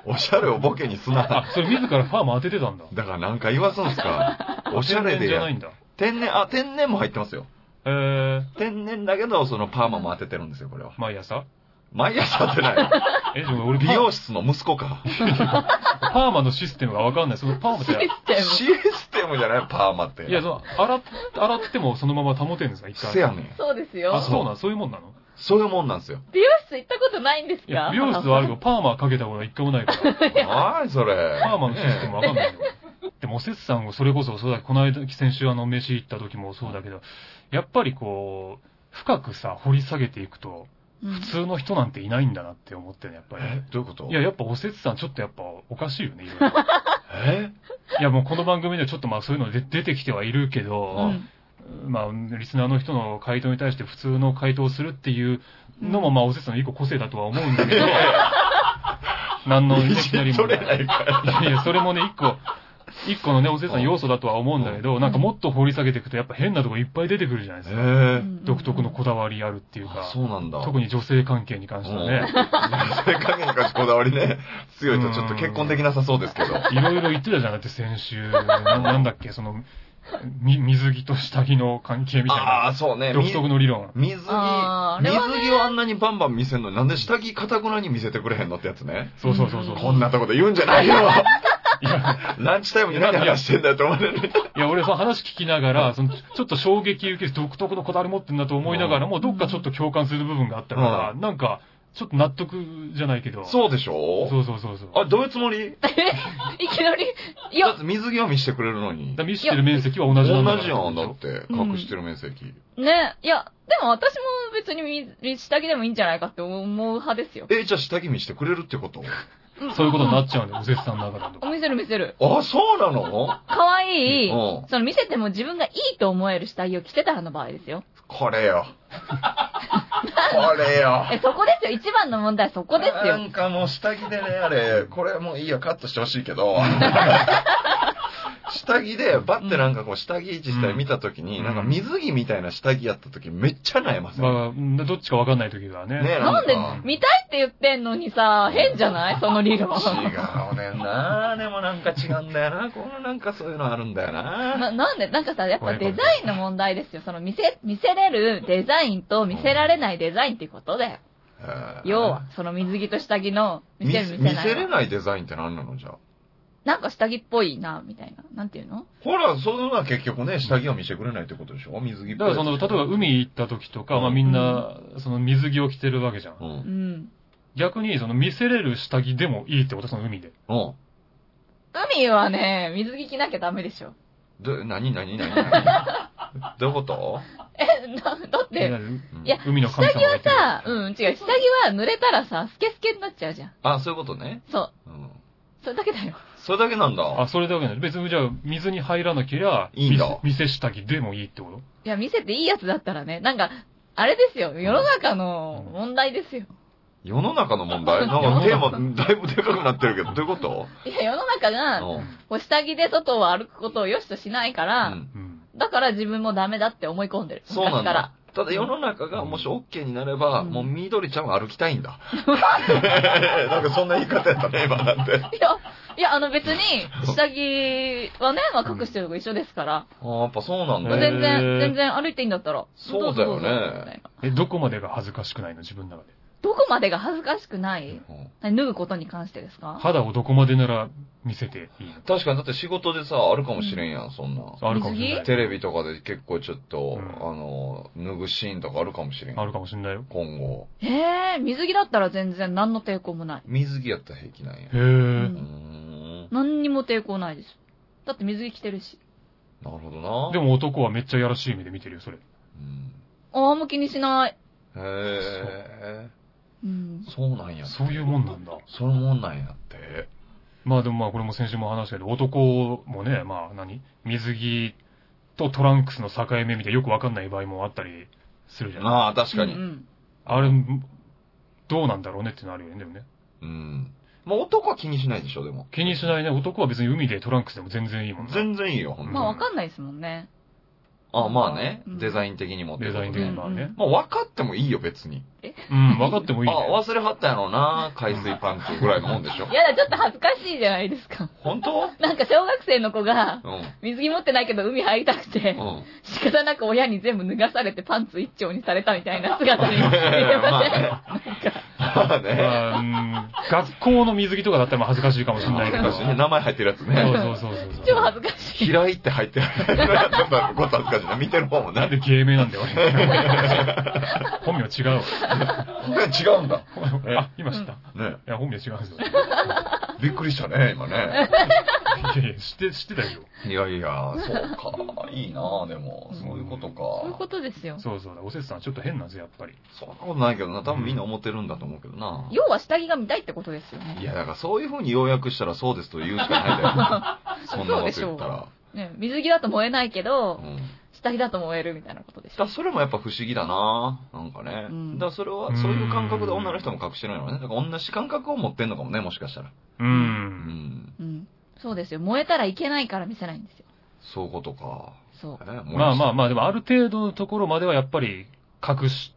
[SPEAKER 2] おしゃれをボケにすな。
[SPEAKER 1] あ、それ自らファーム当ててたんだ。
[SPEAKER 2] だからなんか言わすん すか。おしゃ
[SPEAKER 1] 天
[SPEAKER 2] れ
[SPEAKER 1] 然
[SPEAKER 2] で
[SPEAKER 1] じゃな
[SPEAKER 2] や
[SPEAKER 1] い。んだ。
[SPEAKER 2] 天然、あ、天然も入ってますよ。
[SPEAKER 1] えー、
[SPEAKER 2] 天然だけど、そのパーマも当ててるんですよ、これは。
[SPEAKER 1] 毎朝
[SPEAKER 2] 毎朝当てない。
[SPEAKER 1] え、でも俺
[SPEAKER 2] 美
[SPEAKER 1] 美容
[SPEAKER 2] 容室の息子か。
[SPEAKER 1] パーマのシステムがわかんない。そのパーマって、
[SPEAKER 2] システムじゃない、パーマって。
[SPEAKER 1] いや、その、洗っ、洗ってもそのまま保てるんですか一回。
[SPEAKER 2] せやねん。
[SPEAKER 3] そうです
[SPEAKER 1] あ、
[SPEAKER 3] よ。
[SPEAKER 1] そうなん、そういうもんなの
[SPEAKER 2] そういうもんなんですよ。
[SPEAKER 3] 美容室行ったことないんです
[SPEAKER 1] いや
[SPEAKER 3] か、
[SPEAKER 1] 美容室はあるけど、パーマかけたことは一回もないから。
[SPEAKER 2] なにそれ。
[SPEAKER 1] パーマのシステムわかんないよ。でも、おせつさんもそれこそ、そうだ、この間、先週あの、飯行った時もそうだけど、やっぱりこう、深くさ、掘り下げていくと、
[SPEAKER 3] うん
[SPEAKER 1] 普通の人なんていないんだなって思ってね、やっぱり
[SPEAKER 2] え
[SPEAKER 1] ね。
[SPEAKER 2] どういうこと
[SPEAKER 1] いや、やっぱおせつさんちょっとやっぱおかしいよね、いろいろ。
[SPEAKER 2] え
[SPEAKER 1] いや、もうこの番組ではちょっとまあそういうので出てきてはいるけ
[SPEAKER 3] う
[SPEAKER 1] ど、
[SPEAKER 3] ん
[SPEAKER 1] まあ、リスナーの人の回答に対して普通の回答をするっていうのも、まあ、おせつさんの一個個性だとは思うんだけど、何の
[SPEAKER 2] い
[SPEAKER 1] ね
[SPEAKER 2] じっとれないから。
[SPEAKER 1] いやいや、それもね、一個、一個のね、おせつの要素だとは思うんだけど、なんかもっと掘り下げていくと、やっぱ変なとこいっぱい出てくるじゃないですか。
[SPEAKER 2] え
[SPEAKER 3] うん
[SPEAKER 1] 独特のこだわりあるっていうか、
[SPEAKER 2] そうなんだ。
[SPEAKER 1] 特に女性関係に関してはね、
[SPEAKER 2] それ加減に関してこだわりね、強いとちょっと結婚できなさそうですけど。
[SPEAKER 1] いろいろ言ってたじゃん、だって先週、ななんだっけ、その、み水着と下着の関係みたい
[SPEAKER 2] あ
[SPEAKER 1] な、
[SPEAKER 2] あー、そうね。み
[SPEAKER 1] 独特の理論。
[SPEAKER 2] 水着、水着
[SPEAKER 3] あーあれはね
[SPEAKER 2] をあんなにバンバン見せんのになんで下着かたくなに見せてくれへんのってやつね。
[SPEAKER 1] そうそうそうそう。
[SPEAKER 2] こんなとこで言うんじゃ ないよ
[SPEAKER 1] いや
[SPEAKER 2] ランチタイムに何話してんだよって思われる。
[SPEAKER 1] いや、俺、その話聞きながら、その、ちょっと衝撃受けて、独特のこだわり持ってんだと思いながらも、どっかちょっと共感する部分があったから、なんか、ちょっと納得じゃないけど。
[SPEAKER 2] そうでしょ
[SPEAKER 1] そうそうそうそう。
[SPEAKER 2] あ、どういうつもり
[SPEAKER 3] いきなり、い
[SPEAKER 2] だっ
[SPEAKER 3] や、
[SPEAKER 2] て水着を見せてくれるのに。
[SPEAKER 1] だ見してる面積は同
[SPEAKER 2] 同
[SPEAKER 1] じ
[SPEAKER 2] じ
[SPEAKER 1] な
[SPEAKER 2] や
[SPEAKER 1] んだから
[SPEAKER 2] ん、だって。隠してる面積。
[SPEAKER 3] ね、いや、でも私も別にみ下着でもいいんじゃないかって思う派ですよ。
[SPEAKER 2] え、じゃあ下着見してくれるってこと
[SPEAKER 1] そういうことになっちゃうんだよ、おせつさんの中だと。
[SPEAKER 3] 見せる見せる。
[SPEAKER 2] あ、そうなの
[SPEAKER 3] 可愛い
[SPEAKER 2] うん
[SPEAKER 3] その見せても自分がいいと思える下着を着てたらの場合ですよ。
[SPEAKER 2] これ よ。これよ。
[SPEAKER 3] え、そこですよ。一番の問題はそこです
[SPEAKER 2] な
[SPEAKER 3] よ。
[SPEAKER 2] んかもう下着でね、あれ、これもういいよ、カットしてほしいけ ど。下着で、バッてなんかこう、下着実際見たときに、
[SPEAKER 1] うん
[SPEAKER 2] なんか水着みたいな下着やったときめっちゃ悩ません。ね
[SPEAKER 1] まあ、うんどっちかわかんない時がね。
[SPEAKER 2] え、
[SPEAKER 3] なんで
[SPEAKER 2] か、
[SPEAKER 3] 見たいって言ってんのにさ、変じゃないその理
[SPEAKER 2] 違
[SPEAKER 3] 論。
[SPEAKER 2] うねんなでもなんか違うんだよなこのなんかそういうのあるんだよな
[SPEAKER 3] ななんで、なんかさ、やっぱデザインの問題ですよ。その見せ、見せれるデザインと見せられないデザインっていうことだよ。
[SPEAKER 2] うん
[SPEAKER 3] 要は、その水着と下着の見
[SPEAKER 2] 見
[SPEAKER 3] せ
[SPEAKER 2] せ
[SPEAKER 3] る見
[SPEAKER 2] 見
[SPEAKER 3] せない
[SPEAKER 2] せれ
[SPEAKER 3] は。
[SPEAKER 2] ないデザインって何なのじゃあ
[SPEAKER 3] なんか下着っぽいな、みたいな。なんていうの
[SPEAKER 2] ほら、そういうのは結局ね、下着を見せてくれないってことでしょ水着っぽい
[SPEAKER 1] だからその、例えば海行った時とか、まあみんな、その水着を着てるわけじゃ。
[SPEAKER 2] うんん。う。
[SPEAKER 3] うんん。
[SPEAKER 1] 逆に、その見せれる下着でもいいってこと、その海で。
[SPEAKER 3] 海はね、水着着なきゃダメでしょ。
[SPEAKER 2] ど、何何何 何どういうこと
[SPEAKER 3] え、なだって、
[SPEAKER 2] うん
[SPEAKER 3] いや
[SPEAKER 1] 海の神様がいてる。
[SPEAKER 3] さ、うん、違う。下着は濡れたらさ、スケスケになっちゃうじゃん。
[SPEAKER 2] あ、そういうことね。
[SPEAKER 3] そ
[SPEAKER 2] う
[SPEAKER 3] う。
[SPEAKER 2] ん。
[SPEAKER 3] それだけだよ。
[SPEAKER 2] それだけなんだ。
[SPEAKER 1] あ、それだけなんだ別にじゃあ、水に入らなけりゃ、
[SPEAKER 2] いいんだ
[SPEAKER 1] 見せ見せ下着でもいいってこと
[SPEAKER 3] いや、見せていいやつだったらね、なんか、あれですよ。世の中の問題ですよ。
[SPEAKER 2] 世の中の問 題なんかテーマだいぶでかくなってるけど、どういうこと
[SPEAKER 3] いや、世の中が、
[SPEAKER 2] うん
[SPEAKER 3] こう下着で外を歩くことを良しとしないから、
[SPEAKER 2] うん
[SPEAKER 1] うん。
[SPEAKER 3] だから自分もダメだって思い込んでる。
[SPEAKER 2] そうなん
[SPEAKER 3] 昔から
[SPEAKER 2] だ。。ただ世の中がもし OK になれば、
[SPEAKER 3] うん
[SPEAKER 2] もう緑ちゃんは歩きたいんだ。 なんかそんな言い方やったね、今なんて。
[SPEAKER 3] いや、いや、あの別に、下着はね、まあ隠してるのが一緒ですから、
[SPEAKER 2] あーやっぱそうなんだ
[SPEAKER 1] うん
[SPEAKER 2] ね。
[SPEAKER 3] 全
[SPEAKER 1] へー
[SPEAKER 3] 然、全然歩いていいんだったら。
[SPEAKER 2] そうだよね
[SPEAKER 3] どぞどうぞみたいな
[SPEAKER 1] え、どこまでが恥ずかしくないの自分の中で。
[SPEAKER 3] どこまでが恥ずかしくない
[SPEAKER 2] うん
[SPEAKER 3] 何脱ぐことに関してですか
[SPEAKER 1] 肌をどこまでなら見せていいの
[SPEAKER 2] 確かにだって仕事でさ、あるかもしれんやん、そんな。
[SPEAKER 1] あるかもしれない。
[SPEAKER 2] テレビとかで結構ちょっと、
[SPEAKER 1] うん
[SPEAKER 2] あの、脱ぐシーンとかあるかもしれん。
[SPEAKER 1] あるかもしれないよ。
[SPEAKER 2] 今後。
[SPEAKER 3] ええー、水着だったら全然何の抵抗もない。
[SPEAKER 2] 水着やったら平気なんや。
[SPEAKER 1] へえ。
[SPEAKER 2] うー
[SPEAKER 3] うん
[SPEAKER 2] ん。
[SPEAKER 3] 何にも抵抗ないです。だって水着着てるし。
[SPEAKER 2] なるほどな。
[SPEAKER 1] でも男はめっちゃやらしい目で見てるよ、それ。
[SPEAKER 2] うん
[SPEAKER 3] ああ、もう気にしない。
[SPEAKER 2] へえ。
[SPEAKER 3] うん。
[SPEAKER 2] そうなんや。
[SPEAKER 1] そういうもんなんだ。
[SPEAKER 2] そういうもんなんやって。
[SPEAKER 1] まあでもまあこれも先週も話したけど、男もね、まあ何水着とトランクスの境目みたいなよくわかんない場合もあったりするじゃない
[SPEAKER 2] まあ、確か
[SPEAKER 3] う
[SPEAKER 2] に。
[SPEAKER 3] ん
[SPEAKER 1] あれ、どうなんだろうねってのあるよね、でもね。
[SPEAKER 2] うん。まあ、男は気にしないでしょ、でも。
[SPEAKER 1] 気にしないね。男は別に海でトランクスでも全然いいもんね。
[SPEAKER 2] 全然いいよ、ほんと
[SPEAKER 3] うん。
[SPEAKER 2] に
[SPEAKER 3] まあわかんないですもんね。
[SPEAKER 2] あ、まあね
[SPEAKER 3] う。ん
[SPEAKER 2] デザイン的にもってことね
[SPEAKER 1] デザイン的にもまあね
[SPEAKER 3] うん
[SPEAKER 2] まあ、分かってもいいよ、別に。
[SPEAKER 1] うん、分かってもいい、ね。
[SPEAKER 2] あ、忘れはったやろうな、海水パンツぐらいのもんでしょ
[SPEAKER 3] うん。やだ、ちょっと恥ずかしいじゃないですか。
[SPEAKER 2] 本当
[SPEAKER 3] なんか小学生の子が、
[SPEAKER 2] うん。
[SPEAKER 3] 水着持ってないけど海入りたくて、
[SPEAKER 2] うん。
[SPEAKER 3] 仕方なく親に全部脱がされてパンツ一丁にされたみたいな姿に見えません。
[SPEAKER 2] まあ ね。まあね。
[SPEAKER 1] まあうん学校の水着とかだったらまあ恥ずかしいかもしれないけど。
[SPEAKER 2] 昔ね名前入ってるや
[SPEAKER 1] そ
[SPEAKER 2] つ
[SPEAKER 1] う
[SPEAKER 2] ね。
[SPEAKER 1] そうそうそう
[SPEAKER 3] 超恥ずかし い。
[SPEAKER 2] 嫌いって入ってるやつだと恥ずかしいな。見てる方も
[SPEAKER 1] なん
[SPEAKER 2] ね。
[SPEAKER 1] で芸名なんだよ、俺 本名違うわ。
[SPEAKER 2] 違うんだ。
[SPEAKER 1] あ、今知った。い
[SPEAKER 2] ね。
[SPEAKER 1] や、本名違うんですよ。
[SPEAKER 2] びっくりしたね、今ね。
[SPEAKER 1] いや いや、知って、知ってたよ。
[SPEAKER 2] いやいや、そうか。いいなでも、そういうこと
[SPEAKER 3] そういうこ
[SPEAKER 2] か。
[SPEAKER 3] とですよ。
[SPEAKER 1] そうそうだ。おせつさんちょっと変なんですよ、やっぱり。
[SPEAKER 2] そんなことないけどな、多分みんな思ってるんだと思うけどな。
[SPEAKER 3] 要は下着が見たいってことですよ
[SPEAKER 2] い
[SPEAKER 3] ね。
[SPEAKER 2] や、だからそういう風に要約したらそう ですと言うしかないんだよ。そんなこと言ったら。
[SPEAKER 3] ね水着だと燃えないけど、
[SPEAKER 2] うん
[SPEAKER 3] 死体だと燃えるみたいなことでし
[SPEAKER 2] だ
[SPEAKER 3] ょ
[SPEAKER 2] それもやっぱ不思議だななんかね。
[SPEAKER 3] うん
[SPEAKER 2] だからそれは、
[SPEAKER 1] うん
[SPEAKER 2] そういう感覚で女の人も隠してるのね。だから同じ感覚を持ってんのかもね、もしかしたら。
[SPEAKER 1] う。
[SPEAKER 2] うんん。
[SPEAKER 3] うん。そうですよ。燃えたらいけないから見せないんですよ。
[SPEAKER 2] そういうことか。
[SPEAKER 3] そう。
[SPEAKER 1] まあまあ
[SPEAKER 2] あ。
[SPEAKER 1] まあ、でもある程度のところまではやっぱり、隠し、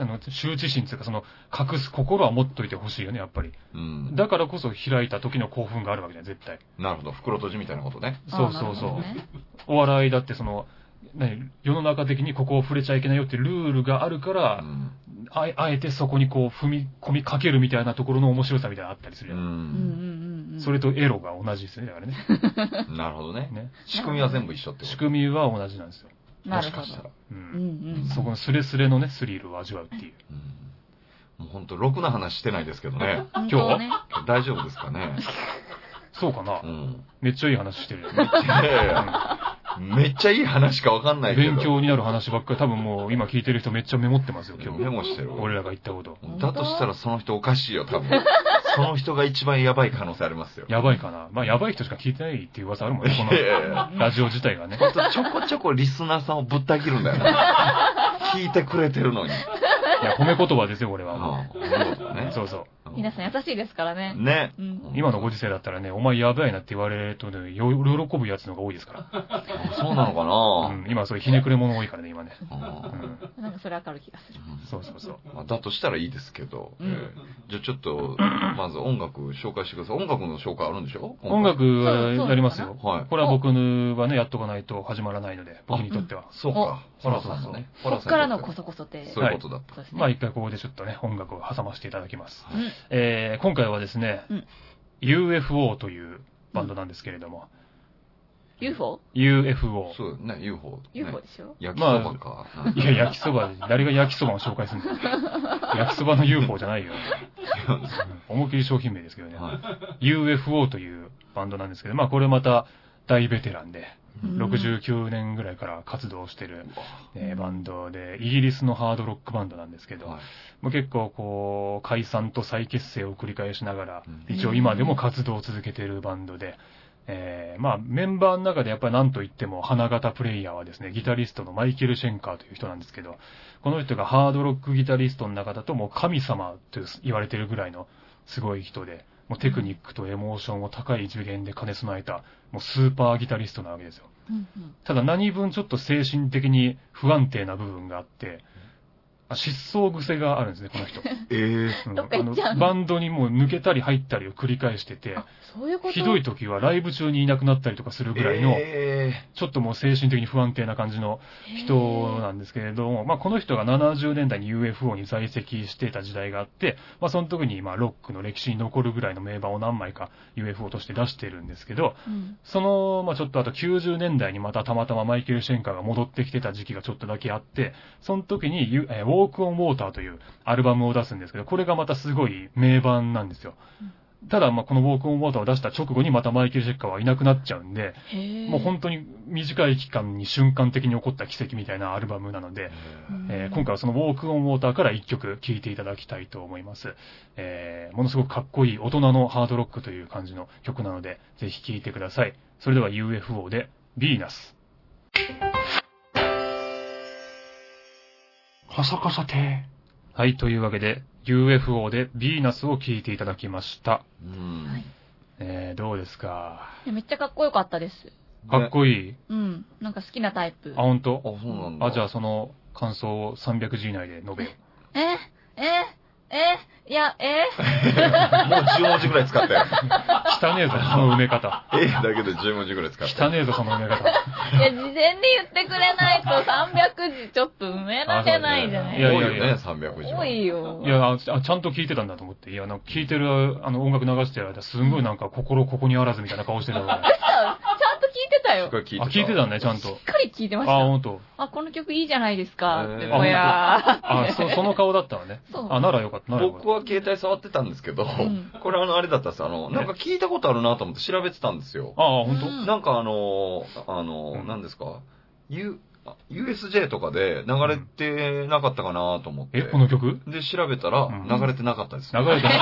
[SPEAKER 1] あの、羞恥心というか、その、隠す心は持っといてほしいよね、やっぱり。
[SPEAKER 2] うん。
[SPEAKER 1] だからこそ開いた時の興奮があるわけじゃん、絶対。
[SPEAKER 2] なるほど。袋閉じみたいなことね。
[SPEAKER 1] そうそうそ
[SPEAKER 3] あー
[SPEAKER 1] う。
[SPEAKER 3] なるほどね
[SPEAKER 1] お笑いだってその、何世の中的にここを触れちゃいけないよってルールがあるか
[SPEAKER 2] う
[SPEAKER 1] ら、
[SPEAKER 2] ん。
[SPEAKER 1] あえあえてそこにこう踏み込みかけるみたいなところの面白さみたいなのあったりす
[SPEAKER 2] う
[SPEAKER 1] るやん。
[SPEAKER 3] うんうん
[SPEAKER 2] ん。
[SPEAKER 3] うんうん。
[SPEAKER 1] それとエロが同じですね、だからね。
[SPEAKER 2] なるほどね。
[SPEAKER 1] ね
[SPEAKER 2] 仕組みは全部一緒ってこと
[SPEAKER 1] 仕組みは同じなんですよ。
[SPEAKER 3] な
[SPEAKER 2] も
[SPEAKER 3] る
[SPEAKER 2] し
[SPEAKER 3] ほ
[SPEAKER 2] かしたら
[SPEAKER 3] ど。。
[SPEAKER 1] う。
[SPEAKER 3] うんうんん。
[SPEAKER 1] そこのスレスレのね、スリルを味わうっていう。
[SPEAKER 2] うん。もうほんと、ろくな話してないですけ どね。
[SPEAKER 3] 本当はね。
[SPEAKER 2] 大丈夫ですかね。
[SPEAKER 1] そうかな
[SPEAKER 2] うん。
[SPEAKER 1] めっちゃいい話してるよ。
[SPEAKER 2] いやいやめっちゃいい話かわかんないけど。
[SPEAKER 1] 勉強になる話ばっかり、多分もう今聞いてる人めっちゃメモってますよ、今
[SPEAKER 2] メ
[SPEAKER 1] 日。
[SPEAKER 2] モしてる。
[SPEAKER 1] 俺らが言ったこと。
[SPEAKER 2] だとしたらその人おかしいよ、多分。その人が一番やばい可能性ありますよ。
[SPEAKER 1] やばいかなまあ、やばい人しか聞いてないっていう噂あるもんね、こ
[SPEAKER 2] いやいや
[SPEAKER 1] のラジオ自体がね。
[SPEAKER 2] ほんとちょこちょこリスナーさんをぶった切るんだよな。聞いてくれてるの
[SPEAKER 1] い
[SPEAKER 2] に。
[SPEAKER 1] や、褒め言葉ですよ、これは。も
[SPEAKER 2] ああ、そうだ
[SPEAKER 1] う
[SPEAKER 2] ね。
[SPEAKER 1] そうそう。
[SPEAKER 3] 皆さん優しいですからね。
[SPEAKER 2] ね。
[SPEAKER 3] うん。
[SPEAKER 1] 今のご時世だったらね、お前やばいなって言われるとね、よ喜ぶやつの方が多いですか。
[SPEAKER 2] あそうなのからな
[SPEAKER 1] うん、今そういうひねくれ者多いからね、今ね。う
[SPEAKER 2] あ
[SPEAKER 1] ん、
[SPEAKER 3] なんかそれわかる気がする。
[SPEAKER 2] あ
[SPEAKER 1] そうそうそう。
[SPEAKER 2] まあだとしたらいいですけど、
[SPEAKER 3] うん
[SPEAKER 2] えーじゃあちょっと、まず音楽紹介してください。音楽の紹介あるんでしょ
[SPEAKER 1] 音楽やりますよ。
[SPEAKER 2] はい。
[SPEAKER 1] これは僕のはね、やっとかないと始まらないので、僕にとっては。
[SPEAKER 2] そうか。ホラさんのね。
[SPEAKER 3] こっからのこそこそって。
[SPEAKER 2] そういうことだった。
[SPEAKER 3] そうですね。
[SPEAKER 1] まあ一回ここでちょっとね、音楽を挟ませていただきます。
[SPEAKER 2] はい
[SPEAKER 3] うん
[SPEAKER 1] えー、今回はですね、
[SPEAKER 3] うん
[SPEAKER 1] UFO というバンドなんですけれども、
[SPEAKER 3] UFO?UFO
[SPEAKER 1] UFO。
[SPEAKER 2] そうだね、UFO。ね
[SPEAKER 3] でしょ
[SPEAKER 2] 焼きそばか。
[SPEAKER 1] いや、焼きそばで、誰が焼きそばを紹介するんだよ焼きそばの UFO じゃないよ。うん思いっきり商品名ですけどね。
[SPEAKER 2] は
[SPEAKER 1] UFO というバンドなんですけど、まあこれまた大ベテランで、
[SPEAKER 3] うん
[SPEAKER 1] 69年ぐらいから活動してる、えー
[SPEAKER 3] うん
[SPEAKER 1] バンドで、イギリスのハードロックバンドなんですけ
[SPEAKER 2] い。
[SPEAKER 1] ど、
[SPEAKER 2] はい
[SPEAKER 1] もう結構こう、解散と再結成を繰り返しながら、
[SPEAKER 2] うん
[SPEAKER 1] 一応今でも活動を続けているバンドで、えーまあメンバーの中でやっぱり何と言っても花形プレイヤーはですね、ギタリストのマイケル・シェンカーという人なんですけど、この人がハードロックギタリストの中だともう神様と言われてるぐらいのすごい人で、もうテクニックとエモーションを高い次元で兼ね備えた、もうスーパーギタリストなわけですよ。
[SPEAKER 3] うんうん
[SPEAKER 1] ただ何分ちょっと精神的に不安定な部分があって、あ失踪癖があるんですね、この人。
[SPEAKER 2] えー
[SPEAKER 1] うん
[SPEAKER 3] どっか行っちゃう
[SPEAKER 1] あのバンドにもう抜けたり入ったりを繰り返してて
[SPEAKER 3] あ、、そういうこと
[SPEAKER 1] ひどい時はライブ中にいなくなったりとかするぐらいの、
[SPEAKER 2] え
[SPEAKER 1] ちょっともう精神的に不安定な感じの人なんですけれども、まあこの人が70年代に UFO に在籍してた時代があって、まあその時にまあロックの歴史に残るぐらいの名盤を何枚か UFO として出してるんですけど、
[SPEAKER 3] うん
[SPEAKER 1] その、まあちょっとあと90年代にまたたまたまマイケル・シェンカーが戻ってきてた時期がちょっとだけあって、その時にゆえーウォーク・オン・ウォーターというアルバムを出すんですけど、これがまたすごい名盤なんですよ。ただ、まあこのウォーク・オン・ウォーターを出した直後にまたマイケル・シェンカーはいなくなっちゃうんで、
[SPEAKER 3] へー
[SPEAKER 1] もう本当に短い期間に瞬間的に起こった奇跡みたいなアルバムなので、えー今回はそのウォークオンウォーターから一曲聴いていただきたいと思います。えーものすごくかっこいい大人のハードロックという感じの曲なので、ぜひ聴いてください。それでは UFO で、ヴィーナス。
[SPEAKER 2] カサカサて。
[SPEAKER 1] はい、というわけで、UFO でヴィーナスを聴いていただきました。
[SPEAKER 2] うん
[SPEAKER 3] はい
[SPEAKER 1] えーどうですか
[SPEAKER 3] いやめっちゃかっこよかったです。
[SPEAKER 1] かっこいい。
[SPEAKER 3] うん。なんか好きなタイプ
[SPEAKER 1] あ、。ほんと
[SPEAKER 2] あ、そうなんだ。
[SPEAKER 1] あ、じゃあその感想を300字以内で述べよう。
[SPEAKER 3] えええいや、え
[SPEAKER 2] もう10文字ぐらい使ったよ。
[SPEAKER 1] 汚えぞ、その埋め方。
[SPEAKER 2] えーだけで10文字ぐらい使った。
[SPEAKER 1] 汚えぞ、その埋め方。
[SPEAKER 3] いや、事前に言ってくれないと300字ちょっと埋められないじゃな
[SPEAKER 1] あそうだねいや
[SPEAKER 3] い
[SPEAKER 2] 多
[SPEAKER 1] い
[SPEAKER 2] い
[SPEAKER 1] や
[SPEAKER 2] よね、300字は。
[SPEAKER 3] 多いよ。
[SPEAKER 1] いやあ、あちゃんと聞いてたんだと思って。いや、なんか聞いてる、あの、音楽流してる間、すんごいなんか心ここにあらずみたいな顔してたから。あ、
[SPEAKER 3] ちゃんと聞いてたよ。し
[SPEAKER 2] 聞いてた。
[SPEAKER 1] 聞いてたね、ちゃんと。
[SPEAKER 3] っかり聞いてまし
[SPEAKER 1] あ、
[SPEAKER 3] た。
[SPEAKER 1] ほんと。
[SPEAKER 3] あ、この曲いいじゃないですか。って
[SPEAKER 2] えー
[SPEAKER 3] ぼやー。
[SPEAKER 1] あ、そ、その顔だったわね。
[SPEAKER 3] そう
[SPEAKER 1] あ、ならよかった、ならよかっ
[SPEAKER 2] 僕は携帯触ってたんですけど、
[SPEAKER 3] ん
[SPEAKER 2] これあの、あれだったんですあの、なんか聞いたことあるなと思って調べてたんですよ。
[SPEAKER 1] た。あ、ほん
[SPEAKER 3] う
[SPEAKER 1] と
[SPEAKER 3] ん
[SPEAKER 2] なんかあのー、あのー、
[SPEAKER 1] うん
[SPEAKER 2] 何ですか、ゆ、 USJ とかで流れてなかったかなと思って。
[SPEAKER 1] え、この曲
[SPEAKER 2] で、調べたら
[SPEAKER 1] うん、
[SPEAKER 2] 流れてなかったです。
[SPEAKER 1] 流れてない。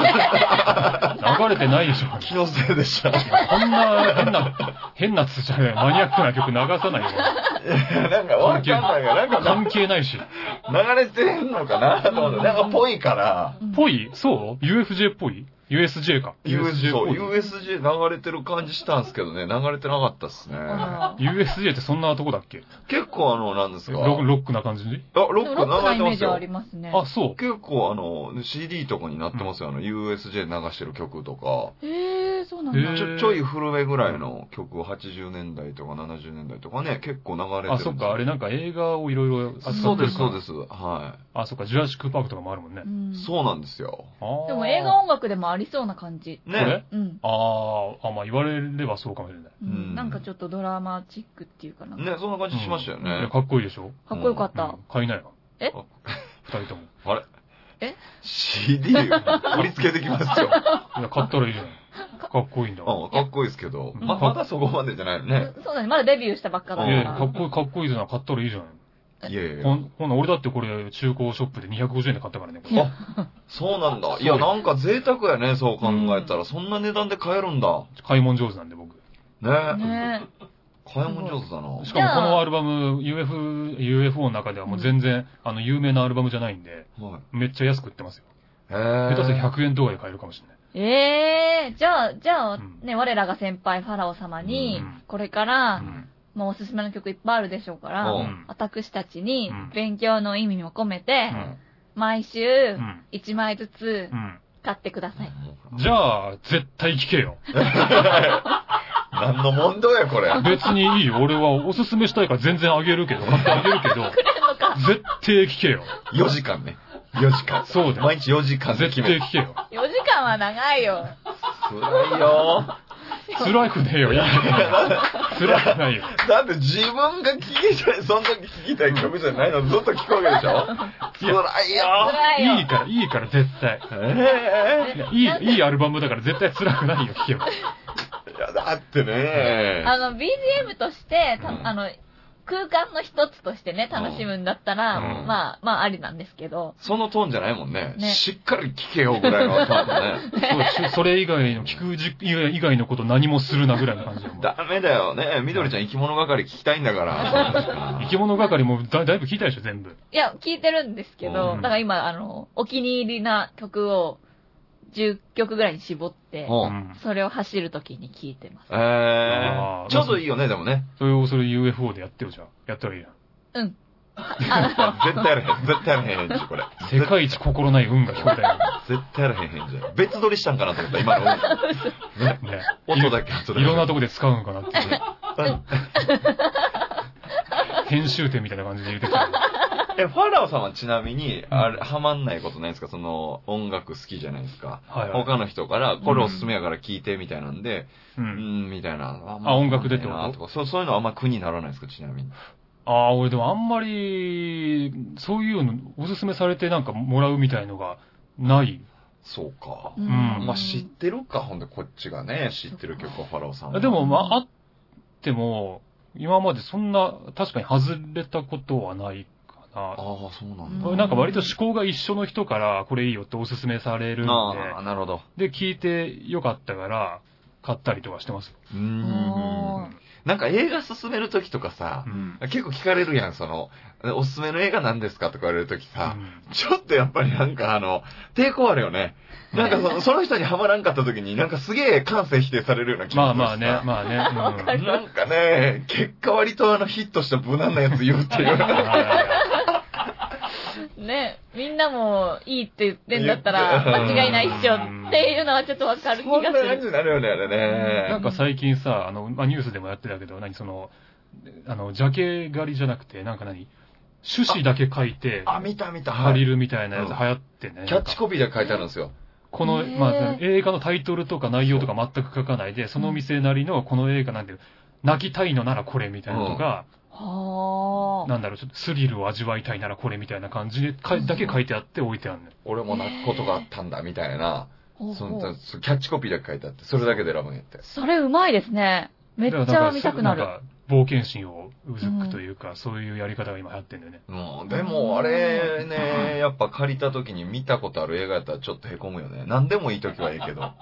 [SPEAKER 1] 流れてないでしょ。
[SPEAKER 2] 気のせい でした。
[SPEAKER 1] こんな変な、変なつじゃない、マニアックな曲流さないよ。
[SPEAKER 2] なんかわかんないよ。なんか
[SPEAKER 1] 関係ないし。
[SPEAKER 2] な流れてんのかなと思って。なんかぽいから。
[SPEAKER 1] ぽいそう ?UFJ っぽい ?USJ か。
[SPEAKER 2] USJ、
[SPEAKER 1] っぽい
[SPEAKER 2] USJ 流れてる感じしたんですけどね、流れてなかったっすね。
[SPEAKER 3] あら
[SPEAKER 1] USJ ってそんなとこだっけ
[SPEAKER 2] 結構あの、なんですか。
[SPEAKER 1] ロロックな感じ
[SPEAKER 2] あ、ロッ
[SPEAKER 3] でも
[SPEAKER 2] ク
[SPEAKER 3] ロック
[SPEAKER 2] 流
[SPEAKER 3] な
[SPEAKER 2] れてます
[SPEAKER 3] イメージは
[SPEAKER 2] よ
[SPEAKER 3] あり。ますね。
[SPEAKER 1] あ、そう。
[SPEAKER 2] 結構あの、CD とかになってますよ。あの、USJ 流してる曲とか。
[SPEAKER 3] ええそうなん
[SPEAKER 1] へ
[SPEAKER 3] だ
[SPEAKER 1] ー。
[SPEAKER 2] ちょ、ちょい古めぐらいの曲を80年代とか70年代とかね、結構流れてる。
[SPEAKER 1] あ、そっか、あれなんか映画をいろいろ扱ってる
[SPEAKER 2] そうです、
[SPEAKER 1] から
[SPEAKER 2] そうです。は
[SPEAKER 1] あ、そっか、ジュラシックパークとかもあるもんね
[SPEAKER 3] う。ん
[SPEAKER 2] い。そうなんですよ。
[SPEAKER 1] あー
[SPEAKER 3] でも映画音楽でもありそうな感じ。
[SPEAKER 1] これ
[SPEAKER 2] ね。
[SPEAKER 3] うん。
[SPEAKER 1] あーあ、まあ言われればそうかもしれない。
[SPEAKER 3] う
[SPEAKER 2] うん
[SPEAKER 3] んなんかちょっとドラマチックっていうかなんか。
[SPEAKER 2] ね、そんな感じしましたよ
[SPEAKER 1] うんいや
[SPEAKER 2] ね。
[SPEAKER 1] かっこいいでしょ
[SPEAKER 3] かっこよかっ
[SPEAKER 1] う
[SPEAKER 3] た
[SPEAKER 1] ん。買いなよ。
[SPEAKER 3] え
[SPEAKER 1] あ二 人とも。
[SPEAKER 2] CD 売りつけてきま すよ。
[SPEAKER 1] いや、買ったらいいじゃない。かっこいいん だもん。
[SPEAKER 2] うん、かっこいいですけど。
[SPEAKER 1] うん
[SPEAKER 2] ま、まだそこまでじゃないのね。
[SPEAKER 3] うんそうだね。まだデビューしたばっかだか
[SPEAKER 1] いやいや、かっ
[SPEAKER 3] ら。
[SPEAKER 1] こいい、かっこいいじゃない。買ったらいいじゃない。
[SPEAKER 2] いやいや
[SPEAKER 1] ほん、ほんな俺だってこれ、中古ショップで250円で買ったからね、これ。
[SPEAKER 2] あ、そうなんだ。
[SPEAKER 1] そう
[SPEAKER 2] いや、なんか贅沢やね、そう考えたら。そんな値段で買えるんだ。
[SPEAKER 1] 買い物上手なんで、僕。
[SPEAKER 2] ね
[SPEAKER 3] ね
[SPEAKER 2] 買い物上手だな。
[SPEAKER 1] しかもこのアルバム、UF、UFO の中ではもう全然、あの、有名なアルバムじゃないんで、
[SPEAKER 2] はい。
[SPEAKER 1] めっちゃ安く売ってますよ。
[SPEAKER 2] へぇ
[SPEAKER 1] 下手すると100円とかで買えるかもしれない。
[SPEAKER 3] ええじゃあ、じゃ
[SPEAKER 1] う
[SPEAKER 3] あ、
[SPEAKER 1] ん
[SPEAKER 3] ね、我らが先輩ファラオ様に
[SPEAKER 1] うん、
[SPEAKER 3] これから、
[SPEAKER 1] うん
[SPEAKER 3] まあおすすめの曲いっぱいあるでしょうか
[SPEAKER 2] う
[SPEAKER 1] う
[SPEAKER 3] ら、
[SPEAKER 1] ん。
[SPEAKER 3] 私たちに
[SPEAKER 1] うん
[SPEAKER 3] 勉強の意味も込めて、
[SPEAKER 1] うん
[SPEAKER 3] 毎週、
[SPEAKER 1] うん。
[SPEAKER 3] 1枚ずつ
[SPEAKER 1] うん。
[SPEAKER 3] 買ってください。
[SPEAKER 1] じゃあ、絶対聞けよ。
[SPEAKER 2] 何の問答や、これ。
[SPEAKER 1] 別にいいよ。俺はおすすめしたいから全然あげるけど、買ってあげるけど、 絶対聞けよ。
[SPEAKER 2] 4時間ね。4時間。
[SPEAKER 1] そうだよ。
[SPEAKER 2] 毎日4時間で
[SPEAKER 1] 絶
[SPEAKER 2] 決
[SPEAKER 1] 対
[SPEAKER 2] める。
[SPEAKER 1] 聞けよ。
[SPEAKER 3] 4時間は長いよ。
[SPEAKER 2] 辛いよ。
[SPEAKER 1] 辛くねえよ。辛くないよ。
[SPEAKER 2] だって自分が聞きたい、その時聞きたい曲じゃないのずっと聞くわけでしょ辛いよ。
[SPEAKER 3] 辛いよ。
[SPEAKER 1] いいから、いいから、絶対。
[SPEAKER 2] え
[SPEAKER 1] いやいい、いいアルバムだから絶対辛くないよ、 聞けよ。
[SPEAKER 2] えいや、だってね。
[SPEAKER 3] あの、BGM として、た
[SPEAKER 2] うん
[SPEAKER 3] あの、空間の一つとしてね、楽しむんだったら、
[SPEAKER 2] うん
[SPEAKER 3] まあ、まあ、ありなんですけど。
[SPEAKER 2] そのトーンじゃないもんね。
[SPEAKER 3] ね
[SPEAKER 2] しっかり聞けよぐらい のトーンだね。
[SPEAKER 1] そうそれ以外の、聞くじ以外のこと何もするなぐらいの感じだもん
[SPEAKER 2] ダメだよね。みどりちゃん生き物係聞きたいんだから。
[SPEAKER 1] 生き物係もだだいぶ聞いたでしょ、全部。
[SPEAKER 3] いや、聞いてるんですけど、
[SPEAKER 1] うん
[SPEAKER 3] だから今、あの、お気に入りな曲を10曲ぐらいに絞って、
[SPEAKER 1] う
[SPEAKER 2] 物
[SPEAKER 1] ん
[SPEAKER 3] それを走るときに聞いてます。
[SPEAKER 2] え
[SPEAKER 1] あー
[SPEAKER 2] ー、ちょうどいいよね、でもね。
[SPEAKER 1] それをそれ UFO でやってよ、じゃあ。やったらいいやん。
[SPEAKER 3] うん。
[SPEAKER 2] 絶対やらへん。絶対やらへん返事、これ。
[SPEAKER 1] 世界一心ない運が聞こえたよ。
[SPEAKER 2] 絶対やらへん返事。別撮りしたんかなと思った、今のね
[SPEAKER 1] ね。
[SPEAKER 2] 音だけ後で。
[SPEAKER 1] いろんなとこで使うんかなって。編集点みたいな感じで言うてた。
[SPEAKER 2] え、ファラオさんはちなみに、あれ、ハマんないことないですかその、音楽好きじゃないですか。
[SPEAKER 1] はいはい。
[SPEAKER 2] 他の人から、これおすすめやから聞いて、みたいなんで、
[SPEAKER 1] う。
[SPEAKER 2] うんん、みたいな。
[SPEAKER 1] あ音楽でってこと
[SPEAKER 2] あんまりかそうそういうのはあんま苦にならないですか、ちなみに。
[SPEAKER 1] ああ、俺でもあんまり、そういうの、おすすめされてなんかもらうみたいのが、ない。
[SPEAKER 2] そうか。
[SPEAKER 3] うん
[SPEAKER 2] まあ、知ってるか、ほんで、こっちがね、知ってる曲はファラオさんは。
[SPEAKER 1] でも、まあ、あっても、今までそんな、確かに外れたことはない
[SPEAKER 2] あ
[SPEAKER 1] か
[SPEAKER 2] あ、そうな
[SPEAKER 1] な。
[SPEAKER 3] うん
[SPEAKER 2] だ。
[SPEAKER 1] なんか割と思考が一緒の人から、これいいよっておすすめされるん
[SPEAKER 2] ああ、なるほど。
[SPEAKER 1] で、で、聞いてよかったから、買ったりとかしてます。
[SPEAKER 2] うー。
[SPEAKER 3] うんん
[SPEAKER 2] なんか映画進めるときとかさ
[SPEAKER 1] う、ん。
[SPEAKER 2] 結構聞かれるやん、その、おすすめの映画なんですかとか言われるときさ、
[SPEAKER 1] うん
[SPEAKER 2] ちょっとやっぱりなんかあの、抵抗あるよね。なんかそのその人にはまらんかった時になんかすげえ感性否定されるような気
[SPEAKER 1] ま
[SPEAKER 2] が
[SPEAKER 1] あ
[SPEAKER 2] するしさ
[SPEAKER 1] まあね、まあね。うん
[SPEAKER 3] わかる
[SPEAKER 2] なんかね、結果割とあのヒットした無難なやつ言うっ ていう。
[SPEAKER 1] はいはいはい
[SPEAKER 3] ね、みんなもいいって言ってんだったら、
[SPEAKER 2] いや
[SPEAKER 3] 間違いないっしょっていうのはちょっとわかる気
[SPEAKER 2] そんな
[SPEAKER 3] がす
[SPEAKER 2] 感じ
[SPEAKER 3] る。
[SPEAKER 2] になるよね、あれ
[SPEAKER 1] な
[SPEAKER 2] ね
[SPEAKER 1] ん。か最近さ、あの、まあ、ニュースでもやってたけど、何その、あの、ジャケ狩りじゃなくて、なんか何趣旨だけ書いて、
[SPEAKER 2] あ、見た見た。
[SPEAKER 1] 借り
[SPEAKER 2] る。
[SPEAKER 1] るみたいなやつ
[SPEAKER 2] う
[SPEAKER 1] 流
[SPEAKER 2] ん
[SPEAKER 1] 行ってね。
[SPEAKER 2] キャッチコピーで書いてあるんですよ。
[SPEAKER 1] この、
[SPEAKER 3] へー
[SPEAKER 1] まあ、映画のタイトルとか内容とか全く書かないで、その店なりのこの映画なんていう、泣きたいのならこれみたいなのとか、
[SPEAKER 3] は
[SPEAKER 1] なんだろう、ちょっとスリルを味わいたいならこれみたいな感じで、かだけ書いてあって置いてあるね。
[SPEAKER 2] 俺も泣くことがあったんだ、みたいな。
[SPEAKER 3] あ。
[SPEAKER 2] そ
[SPEAKER 3] ほうほ
[SPEAKER 2] の
[SPEAKER 3] う
[SPEAKER 2] そうキャッチコピーだけ書いてあって、それだけで選ぶんやって。
[SPEAKER 3] それうまいですね。めっちゃ見たくな
[SPEAKER 1] だ
[SPEAKER 3] る。
[SPEAKER 1] からさんか冒険心をうずくというか、そういうやり方が今流行ってんだよね。
[SPEAKER 2] もう、でもあれね、やっぱ借りた時に見たことある映画やったらちょっと凹むよね。何でもいい時 はいいけど。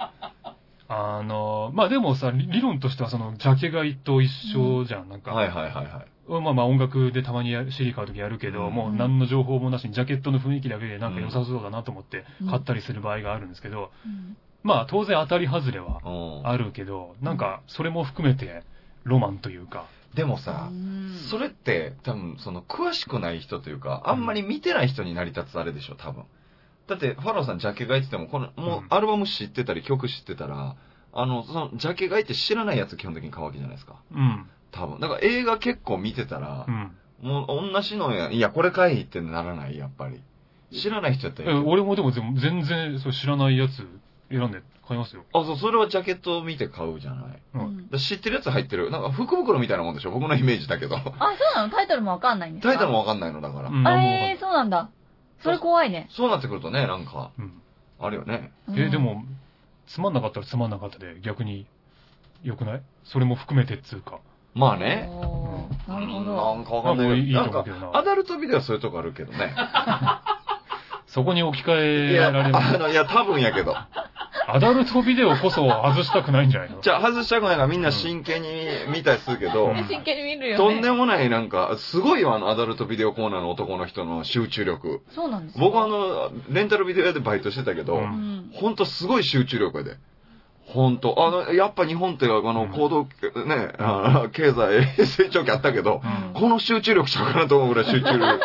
[SPEAKER 1] あの、まあ、でもさ、理理論としてはその、ジャケ買いと一緒じゃん、なんか。
[SPEAKER 2] はいはいはいはい。
[SPEAKER 1] まあまあ音楽でたまにや CD 買うときやるけど、
[SPEAKER 2] うん
[SPEAKER 1] もう何の情報もなしにジャケットの雰囲気だけでなんか良さそうだなと思って
[SPEAKER 3] うん
[SPEAKER 1] 買ったりする場合があるんですけど、
[SPEAKER 3] うん
[SPEAKER 1] まあ当然当たり外れは
[SPEAKER 2] うん
[SPEAKER 1] あるけど、なんかそれも含めてロマンというか、
[SPEAKER 2] でもさ、それって多分その詳しくない人というか、あんまり見てない人になり立つあれでしょ、多分。だって、ファローさんジャケ買いって言っても、この、もう
[SPEAKER 1] うん
[SPEAKER 2] アルバム知ってたり曲知ってたら、あの、その、ジャケ買いって知らないやつ基本的に買うわけじゃないですか。
[SPEAKER 1] うん、
[SPEAKER 2] 多分。だから映画結構見てたら
[SPEAKER 1] う、ん。
[SPEAKER 2] もう同じのや、いや、これかいってならない、やっぱり。知らない人やった
[SPEAKER 1] え
[SPEAKER 2] らいいけど
[SPEAKER 1] 俺もでもでも全然そう知らないやつ選んで買いますよ。
[SPEAKER 2] あ、そう、それはジャケットを見て買うじゃない。
[SPEAKER 1] うん
[SPEAKER 3] うん
[SPEAKER 2] だ知ってるやつ入ってる。なんか福袋みたいなもんでしょ僕のイメージだ けど。
[SPEAKER 3] あ、そうなのタイトルもわかんないんですか
[SPEAKER 2] タイトルもわかんないのだから。
[SPEAKER 1] うんな
[SPEAKER 3] あ
[SPEAKER 1] んもわかんな
[SPEAKER 3] え
[SPEAKER 1] い
[SPEAKER 3] ー、そうなんだ。それ怖いね。
[SPEAKER 2] そうなってくるとね、なんか、
[SPEAKER 1] うん
[SPEAKER 2] あるよね。
[SPEAKER 3] うん
[SPEAKER 1] え、で。も、つまんなかったらつまんなかったで逆に良くないそれも含めてっつうか。
[SPEAKER 2] まあね。
[SPEAKER 3] おーなるほ
[SPEAKER 2] な
[SPEAKER 3] ど。
[SPEAKER 2] んかわかんないけど。
[SPEAKER 1] な
[SPEAKER 2] なんん
[SPEAKER 1] かいいと思う
[SPEAKER 2] か
[SPEAKER 1] けどな、
[SPEAKER 2] アダルトビデオはそういうとこあるけ どね。
[SPEAKER 1] そこに置き換え
[SPEAKER 2] いや、
[SPEAKER 1] られます。
[SPEAKER 2] あの、いや、多分やけど。
[SPEAKER 1] アダルトビデオこそ外したくないんじゃないの
[SPEAKER 2] じゃあ、外したくないからみんな真剣に見たりするけど、
[SPEAKER 1] うん
[SPEAKER 3] 真剣に見るよね。
[SPEAKER 2] とんでもないなんか、すごいよ、あの、アダルトビデオコーナーの男の人の集中力。
[SPEAKER 3] そうなんですか
[SPEAKER 2] 僕はあ、の、レンタルビデオ屋でバイトしてたけど、
[SPEAKER 1] うん
[SPEAKER 3] うん。
[SPEAKER 2] ほんとすごい集中力やで。ほんと。あの、やっぱ日本って、あ
[SPEAKER 1] う
[SPEAKER 2] の、
[SPEAKER 1] ん
[SPEAKER 2] 行動、ね、あー経済 成長期あったけど
[SPEAKER 1] う、ん
[SPEAKER 2] この集中力ちゃうかなと思うぐらい集 中力。
[SPEAKER 1] へ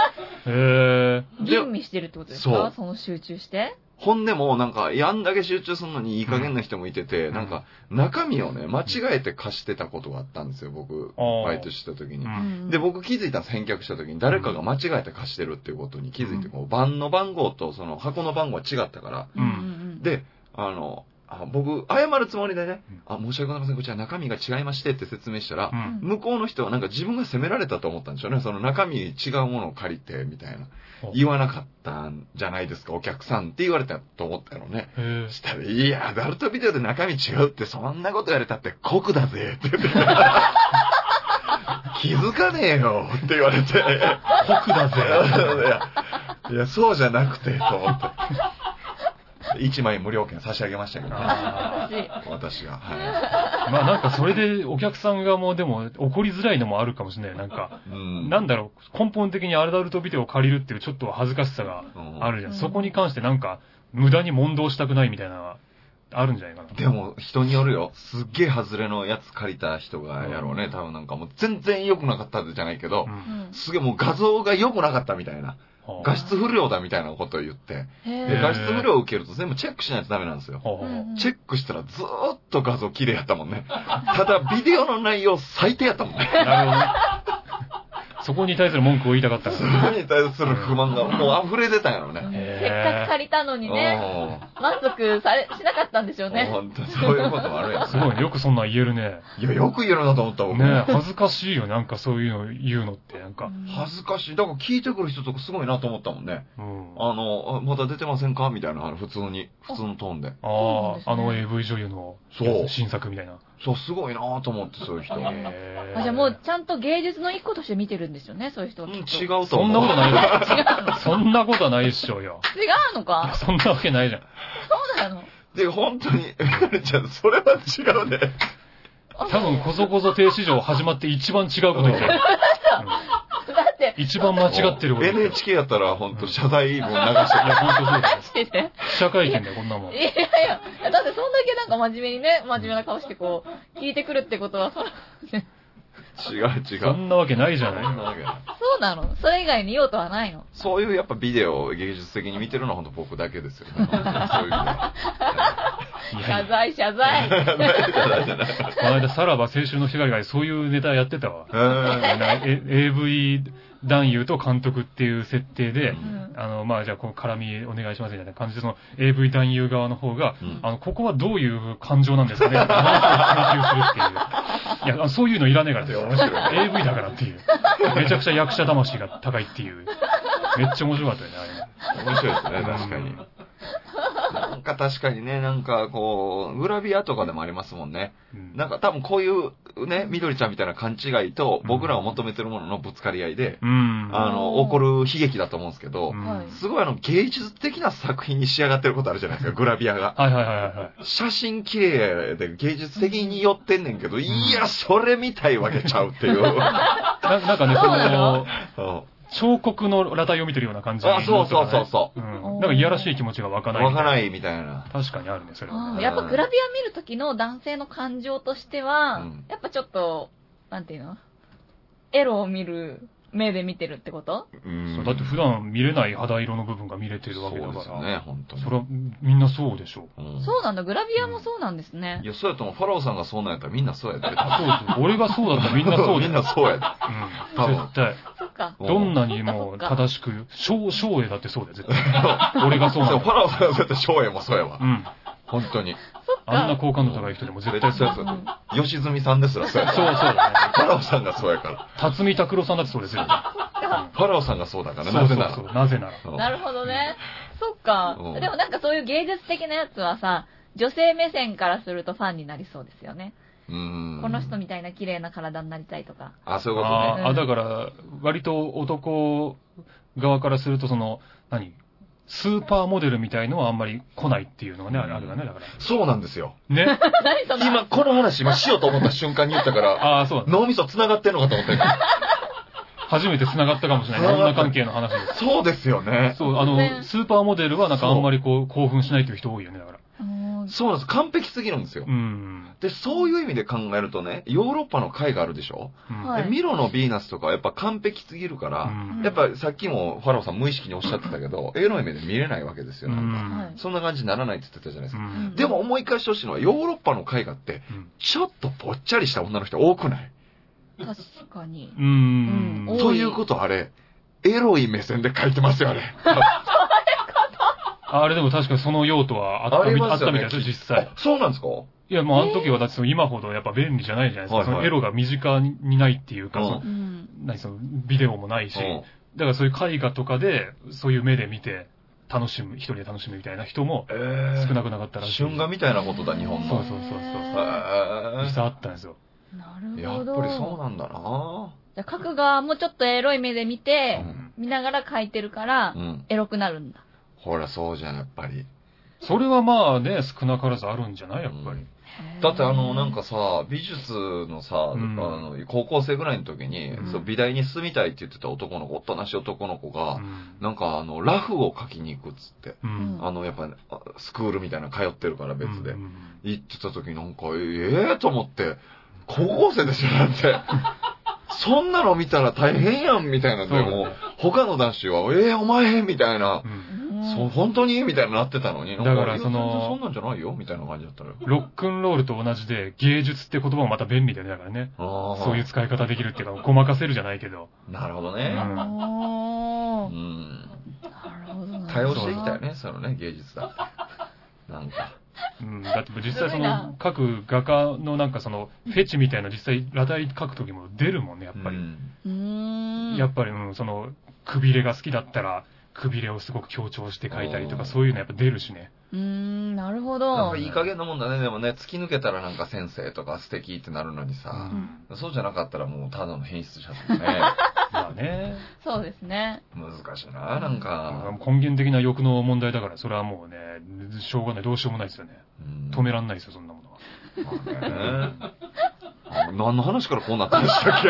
[SPEAKER 1] え。
[SPEAKER 3] 吟味してるってことですか
[SPEAKER 2] そう
[SPEAKER 3] その集中して。
[SPEAKER 2] ほんでも、なんか、やんだけ集中するのにいい加減な人もいてて、
[SPEAKER 1] うん
[SPEAKER 2] なんか、中身をね、間違えて貸してたことがあったんですよ、僕、
[SPEAKER 1] あー
[SPEAKER 2] バイトしてた時
[SPEAKER 1] う
[SPEAKER 2] に。
[SPEAKER 1] ん
[SPEAKER 2] で、僕気づいたんです、返却した時に。誰かが間違えて貸してるっていうことに気づいて、こう、番の番号とその箱の番号は違ったから、
[SPEAKER 1] うん
[SPEAKER 3] うん、
[SPEAKER 2] で、あの、あ僕、謝るつもりでね
[SPEAKER 1] うん、
[SPEAKER 2] あ、申し訳ございません、こちら中身が違いましてって説明したら
[SPEAKER 1] う、ん
[SPEAKER 2] 向こうの人はなんか自分が責められたと思ったんでしょうね。その中身違うものを借りて、みたいな
[SPEAKER 1] お。
[SPEAKER 2] 言わなかったんじゃないですか、お客さんって言われたと思ったのね。
[SPEAKER 1] へえ
[SPEAKER 2] そしたら、いや、アダルトビデオで中身違うって、そんなこと言われたって酷だぜ、 って言って。気づかねえよ、って言われて。
[SPEAKER 1] 酷だ
[SPEAKER 2] いや
[SPEAKER 1] ぜ。
[SPEAKER 2] いや、そうじゃなくて、と思って。1枚無料券差し上げましたけどね、
[SPEAKER 1] あ
[SPEAKER 3] 優しい。
[SPEAKER 2] 私が。は
[SPEAKER 1] ーまあなんかそれでお客さんがもうでも怒りづらいのもあるかもしれない。なんか、
[SPEAKER 2] い。うん
[SPEAKER 1] なんだろう、根本的にアダルトビデオを借りるっていうちょっと恥ずかしさが
[SPEAKER 2] うん
[SPEAKER 1] あるじゃん。
[SPEAKER 3] うん
[SPEAKER 1] そこに関してなんか、無駄に問答したくないみたいなのがあるんじゃないかな。
[SPEAKER 2] でも、人によるよ。すっげえ外れのやつ借りた人がやろうね。多分なんかもう全然良くなかったじゃないけ
[SPEAKER 1] う、、
[SPEAKER 2] ど
[SPEAKER 3] うんん
[SPEAKER 2] すげえもう画像が良くなかったみたいな。
[SPEAKER 1] ほう
[SPEAKER 2] 画質不良だみたいなことを言って。
[SPEAKER 3] へ
[SPEAKER 2] で
[SPEAKER 1] ー
[SPEAKER 2] 画質不良を受けると全部チェックしないとダメなんですよ。
[SPEAKER 1] ほうほうほう
[SPEAKER 3] うん
[SPEAKER 2] チェックしたらずーっと画像綺麗やったもんね。ただ、ビデオの内容最低やったもんね。
[SPEAKER 1] なるほどね。そこに対する文句を言いたかった
[SPEAKER 2] そ
[SPEAKER 1] から。
[SPEAKER 2] れに対する不満がもう溢れ出たんやろね。
[SPEAKER 1] へー
[SPEAKER 3] せっかく借りたのにね、満足されしなかったんでしょう
[SPEAKER 2] うん
[SPEAKER 3] ね。
[SPEAKER 2] 本当そういうこともあるやん。
[SPEAKER 1] す ごいね。よくそんなん言えるね。
[SPEAKER 2] いや、よく言えるなと思った、僕。
[SPEAKER 1] ね恥ずかしいよ。なんかそういうの言うのって。なんか。
[SPEAKER 2] 恥ずかしい。だから聞いてくる人とかすごいなと思ったもんね。
[SPEAKER 1] うん。
[SPEAKER 2] あの、あまだ出てませんかみたいな、あの普通に、普通のトーンで。
[SPEAKER 1] ああ、
[SPEAKER 3] そう
[SPEAKER 1] あ
[SPEAKER 3] なん
[SPEAKER 1] の
[SPEAKER 3] です
[SPEAKER 1] AV 女優の
[SPEAKER 2] そう
[SPEAKER 1] 新作みたいな。
[SPEAKER 2] そう、すごいなと思って、そういう人。うん
[SPEAKER 1] へー
[SPEAKER 3] あじゃあもうちゃんと芸術の一個として見てるんですよね、そういう人はきっと。
[SPEAKER 2] 違う
[SPEAKER 3] 違う
[SPEAKER 2] と思
[SPEAKER 1] そ
[SPEAKER 2] う。
[SPEAKER 1] んなことないよ。
[SPEAKER 3] の
[SPEAKER 1] そんなことはないっしょ よ。
[SPEAKER 3] 違うの
[SPEAKER 1] いや
[SPEAKER 3] か
[SPEAKER 1] そんなわけないじゃん。
[SPEAKER 3] そうなの
[SPEAKER 2] で、本当に、カレちゃん、それは違うね。
[SPEAKER 3] あ
[SPEAKER 1] 多分、こそこそ停止場始まって一番違うこと言ってる。
[SPEAKER 3] だって、
[SPEAKER 1] うん一番間違ってること言ってる。
[SPEAKER 2] NHK やったら、本当謝罪文流
[SPEAKER 1] いや、
[SPEAKER 2] し
[SPEAKER 1] 本当そうだよ。
[SPEAKER 3] マジで
[SPEAKER 1] 記者会見だよ、こんなもん。
[SPEAKER 3] いやいや、だってそんだけなんか真面目にね、真面目な顔してこう、聞いてくるってことは、そら
[SPEAKER 2] て。違う違う。
[SPEAKER 1] そんなわけないじゃない。
[SPEAKER 2] そんなわけない
[SPEAKER 3] そうなのそれ以外に用途はないの
[SPEAKER 2] そういうやっぱビデオを芸術的に見てるのは本当僕だけですよ ね。そういう意
[SPEAKER 1] いや
[SPEAKER 3] 謝
[SPEAKER 1] いや
[SPEAKER 3] 罪、謝罪。
[SPEAKER 1] この間、さらば青春の光がそういうネタやってたわ。
[SPEAKER 2] 味で。
[SPEAKER 1] なえ AV 男優と監督っていう設定で、
[SPEAKER 3] うん
[SPEAKER 1] あの、まあ、じゃあ、こう、絡みお願いしますみたいな感じで、その AV 男優側の方が、
[SPEAKER 2] うん
[SPEAKER 1] あの、ここはどういう感情なんですかねこの人を追求するっていう。いや、そういうのいらねえからですよ。
[SPEAKER 2] いや面白
[SPEAKER 1] AV だからっていう。めちゃくちゃ役者魂が高いっていう。めっちゃ面白かったよね、あれも。
[SPEAKER 2] 面白いですね、確かに。なんか確かにね、なんかこう、グラビアとかでもありますもんね。
[SPEAKER 1] うん
[SPEAKER 2] なんか多分こういうね、緑ちゃんみたいな勘違いと、僕らを求めてるもののぶつかり合いで、
[SPEAKER 1] うん。
[SPEAKER 2] あの、起こる悲劇だと思うんですけど
[SPEAKER 1] う、ん
[SPEAKER 3] はい
[SPEAKER 2] すごいあの、芸術的な作品に仕上がってることあるじゃないですか、グラビアが。
[SPEAKER 1] はいはいはいはい。
[SPEAKER 2] 写真綺麗で芸術的に寄ってんねんけど、いや、それ見たいわけちゃうっ ていう。
[SPEAKER 1] ななんかね、
[SPEAKER 3] そうなの
[SPEAKER 2] そ
[SPEAKER 1] 彫刻の裸体を見てるような感じ。
[SPEAKER 2] うあ、そうそうそうそう
[SPEAKER 1] うん。なんかいやらしい気持ちが湧か
[SPEAKER 2] う。
[SPEAKER 1] ない。
[SPEAKER 2] わからないみたいな。
[SPEAKER 1] 確かにあるね、それは
[SPEAKER 3] あ
[SPEAKER 1] ね。
[SPEAKER 3] ーやっぱグラビア見るときの男性の感情としては、
[SPEAKER 2] うん
[SPEAKER 3] やっぱちょっと、なんていうのエロを見る目で見てるってこと
[SPEAKER 2] うん
[SPEAKER 1] そうだって普段見れない肌色の部分が見れてるわけだ
[SPEAKER 2] そう
[SPEAKER 1] か
[SPEAKER 2] ですよ
[SPEAKER 1] ら。
[SPEAKER 2] ね、本当に。
[SPEAKER 1] それはみんなそうでしょう。
[SPEAKER 2] うん
[SPEAKER 3] そうなんだ、グラビアもそうなんですね
[SPEAKER 2] い。や、そうやとも、ファラオさんがそうなんやったらみんなそうやって。
[SPEAKER 1] そうそう。俺がそうだったらみんなそうだ
[SPEAKER 2] みんなそうやで多
[SPEAKER 1] うん。
[SPEAKER 2] 分
[SPEAKER 1] 絶対。
[SPEAKER 3] そっか。
[SPEAKER 1] どん
[SPEAKER 2] な。
[SPEAKER 1] なにも正しく、小、小絵だってそうだよ、絶対。
[SPEAKER 2] 俺
[SPEAKER 1] 俺がそうな
[SPEAKER 2] そう、
[SPEAKER 1] の
[SPEAKER 2] ファラオさんはそうやって、翔英もそうやわ
[SPEAKER 1] う。ん。
[SPEAKER 2] 本当に。
[SPEAKER 3] そっ
[SPEAKER 1] あんな
[SPEAKER 3] か。
[SPEAKER 1] 好感度高い人でも絶対
[SPEAKER 2] そ
[SPEAKER 1] そうう。
[SPEAKER 2] やそうや。吉住さんですらそうや。
[SPEAKER 1] そうそうだね。
[SPEAKER 2] ファラオさんがそうやから。
[SPEAKER 1] 辰巳拓郎さんだってそうですよ。
[SPEAKER 2] ファラオさんがそうだから、
[SPEAKER 1] そ
[SPEAKER 2] な
[SPEAKER 1] う
[SPEAKER 2] ぜ
[SPEAKER 1] そう
[SPEAKER 2] なら
[SPEAKER 1] そう。。なぜなら。
[SPEAKER 2] そう
[SPEAKER 3] なるほどね。そっか
[SPEAKER 2] う。ん
[SPEAKER 3] でもなんかそういう芸術的なやつはさ、女性目線からするとファンになりそうですよね。
[SPEAKER 2] うん。
[SPEAKER 3] この人みたいな綺麗な体になりたいとか。
[SPEAKER 2] あ、そういうことね。
[SPEAKER 1] あーあ、だから、割と男側からすると、その、何スーパーモデルみたいのはあんまり来ないっていうのがね、あるあるわね、だか
[SPEAKER 2] そうなんですよ。
[SPEAKER 1] ら。ね。
[SPEAKER 3] 何その
[SPEAKER 2] 今、この話、今しようと思った瞬間に言ったから、
[SPEAKER 1] ああ、そうだ。
[SPEAKER 2] 脳みそ繋がってんのかと思った
[SPEAKER 1] 初めて繋がったかもしれない。女関係の話です。
[SPEAKER 2] そうですよね。
[SPEAKER 1] そう、あ
[SPEAKER 3] ね
[SPEAKER 1] の、スーパーモデルはなんかあんまりこう、興奮しないという人多いよね、だから。
[SPEAKER 3] うん
[SPEAKER 2] そうなんです。完璧すぎるんですよ
[SPEAKER 1] う。ん。
[SPEAKER 2] で、そういう意味で考えるとね、ヨーロッパの絵があるでしょ、
[SPEAKER 1] うん
[SPEAKER 3] はい
[SPEAKER 2] でミロのヴィーナスとかはやっぱ完璧すぎるから、
[SPEAKER 1] うん
[SPEAKER 2] やっぱさっきもファラオさん無意識におっしゃってたけど、絵の意味で見れないわけですよ、なんか。
[SPEAKER 3] はい
[SPEAKER 2] そんな感じにならないって言ってたじゃないです
[SPEAKER 1] う
[SPEAKER 2] か。
[SPEAKER 1] ん
[SPEAKER 2] でも思い返してほしいのは、ヨーロッパの絵画って、ちょっとぽっちゃりした女の人多くない、
[SPEAKER 3] 確かに。
[SPEAKER 1] う
[SPEAKER 3] うん
[SPEAKER 1] ん。
[SPEAKER 3] 多い
[SPEAKER 2] ということはあれ、エロい目線で描いてますよ、あれ。
[SPEAKER 1] あれでも確かにその用途はあっ
[SPEAKER 2] あ
[SPEAKER 1] た
[SPEAKER 2] り
[SPEAKER 1] み
[SPEAKER 2] ま
[SPEAKER 1] あっ
[SPEAKER 2] すよ
[SPEAKER 1] たみ
[SPEAKER 2] ね
[SPEAKER 1] たいですよ、実際。
[SPEAKER 2] そうなんですか
[SPEAKER 1] いや、もうあの時はだってその今ほどやっぱ便利じゃないじゃないです
[SPEAKER 2] はい
[SPEAKER 1] か。
[SPEAKER 2] は
[SPEAKER 1] その
[SPEAKER 2] い
[SPEAKER 1] エロが身近にないっていうか、
[SPEAKER 2] うん
[SPEAKER 1] その
[SPEAKER 3] うん。
[SPEAKER 1] 何そのビデオもないし、
[SPEAKER 2] うん
[SPEAKER 1] だからそういう絵画とかで、そういう目で見て、楽しむ、一人で楽しむみたいな人も
[SPEAKER 2] え
[SPEAKER 1] 少な
[SPEAKER 2] ー、
[SPEAKER 1] くなかったらしい。
[SPEAKER 2] 春画みたいなことだ、日本
[SPEAKER 1] そう
[SPEAKER 2] の。
[SPEAKER 1] そうそうそう
[SPEAKER 2] へ
[SPEAKER 1] 実
[SPEAKER 3] へ
[SPEAKER 2] ー
[SPEAKER 1] 際あったんですよ。
[SPEAKER 3] ーなる
[SPEAKER 2] や
[SPEAKER 3] ほ
[SPEAKER 2] っ
[SPEAKER 3] ど。
[SPEAKER 2] ぱりそうなんだな
[SPEAKER 3] じゃあ、書く側もちょっとエロい目で見て、
[SPEAKER 2] うん
[SPEAKER 3] 見ながら書いてるから、
[SPEAKER 2] うん。
[SPEAKER 3] エロくなるんだ。
[SPEAKER 2] ほら、そうじゃん、やっぱり。
[SPEAKER 1] それはまあね、少なからずあるんじゃないやっぱり。
[SPEAKER 2] だってあの、なんかさ、美術のさ、
[SPEAKER 1] うん
[SPEAKER 2] あの高校生ぐらいの時に、
[SPEAKER 1] うん
[SPEAKER 2] そう美大に住みたいって言ってた男の子、おとなしい男の子
[SPEAKER 1] う
[SPEAKER 2] が、
[SPEAKER 1] ん。
[SPEAKER 2] なんかあの、ラフを描きに行くっつって、
[SPEAKER 1] うん
[SPEAKER 2] あの、やっぱ、ね、あスクールみたいなの通ってるから別で、
[SPEAKER 1] うん
[SPEAKER 2] 行ってた時なんか、ええと思って、高校生ですよ、なんて。 そんなの見たら大変やん、みたいな。で
[SPEAKER 1] そう
[SPEAKER 2] も
[SPEAKER 1] だね、
[SPEAKER 2] 他の男子は、ええお前、みたいな
[SPEAKER 1] う。ん
[SPEAKER 3] うん、
[SPEAKER 2] そう、本当にみたいになってたのに。なん
[SPEAKER 1] だから
[SPEAKER 2] いや
[SPEAKER 1] その
[SPEAKER 2] 全然そんなんじゃないよ、みたいな感じだったのよ。
[SPEAKER 1] ロックンロールと同じで、芸術って言葉もまた便利だよね、だからね。
[SPEAKER 2] あー
[SPEAKER 1] そういう使い方できるっていうか、ごまかせるじゃないけど。
[SPEAKER 2] なるほど
[SPEAKER 1] う
[SPEAKER 2] ね。
[SPEAKER 1] ん
[SPEAKER 2] う
[SPEAKER 3] おー
[SPEAKER 2] ん。
[SPEAKER 3] なるほどな。
[SPEAKER 2] 対応していきたいね、そのね、芸術だって。 なんか。
[SPEAKER 1] うん、だって実際そ
[SPEAKER 3] すごいな
[SPEAKER 1] の、各画家のなんかその、フェチみたいな実際、裸体描くときも出るもんね、やっぱ
[SPEAKER 2] う
[SPEAKER 1] り。
[SPEAKER 2] ん
[SPEAKER 3] うーん。
[SPEAKER 1] やっぱり、うん、その、くびれが好きだったら、くびれをすごく強調して描いたりと
[SPEAKER 2] う
[SPEAKER 1] か、
[SPEAKER 2] ん
[SPEAKER 1] そういうのやっぱ出るしね。
[SPEAKER 3] うーん、なるほ
[SPEAKER 2] なん
[SPEAKER 3] ど
[SPEAKER 2] か。いい加減なもんだね、でもね、突き抜けたらなんか先生とか素敵ってなるのに
[SPEAKER 1] う
[SPEAKER 2] さ、
[SPEAKER 1] ん。
[SPEAKER 2] そうじゃなかったらもうただの変質者だもん ね。
[SPEAKER 1] まあね、
[SPEAKER 3] そうですね。
[SPEAKER 2] 難しいな、なんか。
[SPEAKER 1] 根源的な欲の問題だから、それはもうね、しょうがない、どうしようもないですよね。
[SPEAKER 2] うん
[SPEAKER 1] 止めらんないですよ、そんなものは。
[SPEAKER 2] まあね 何の話からこうなったんでしたっけ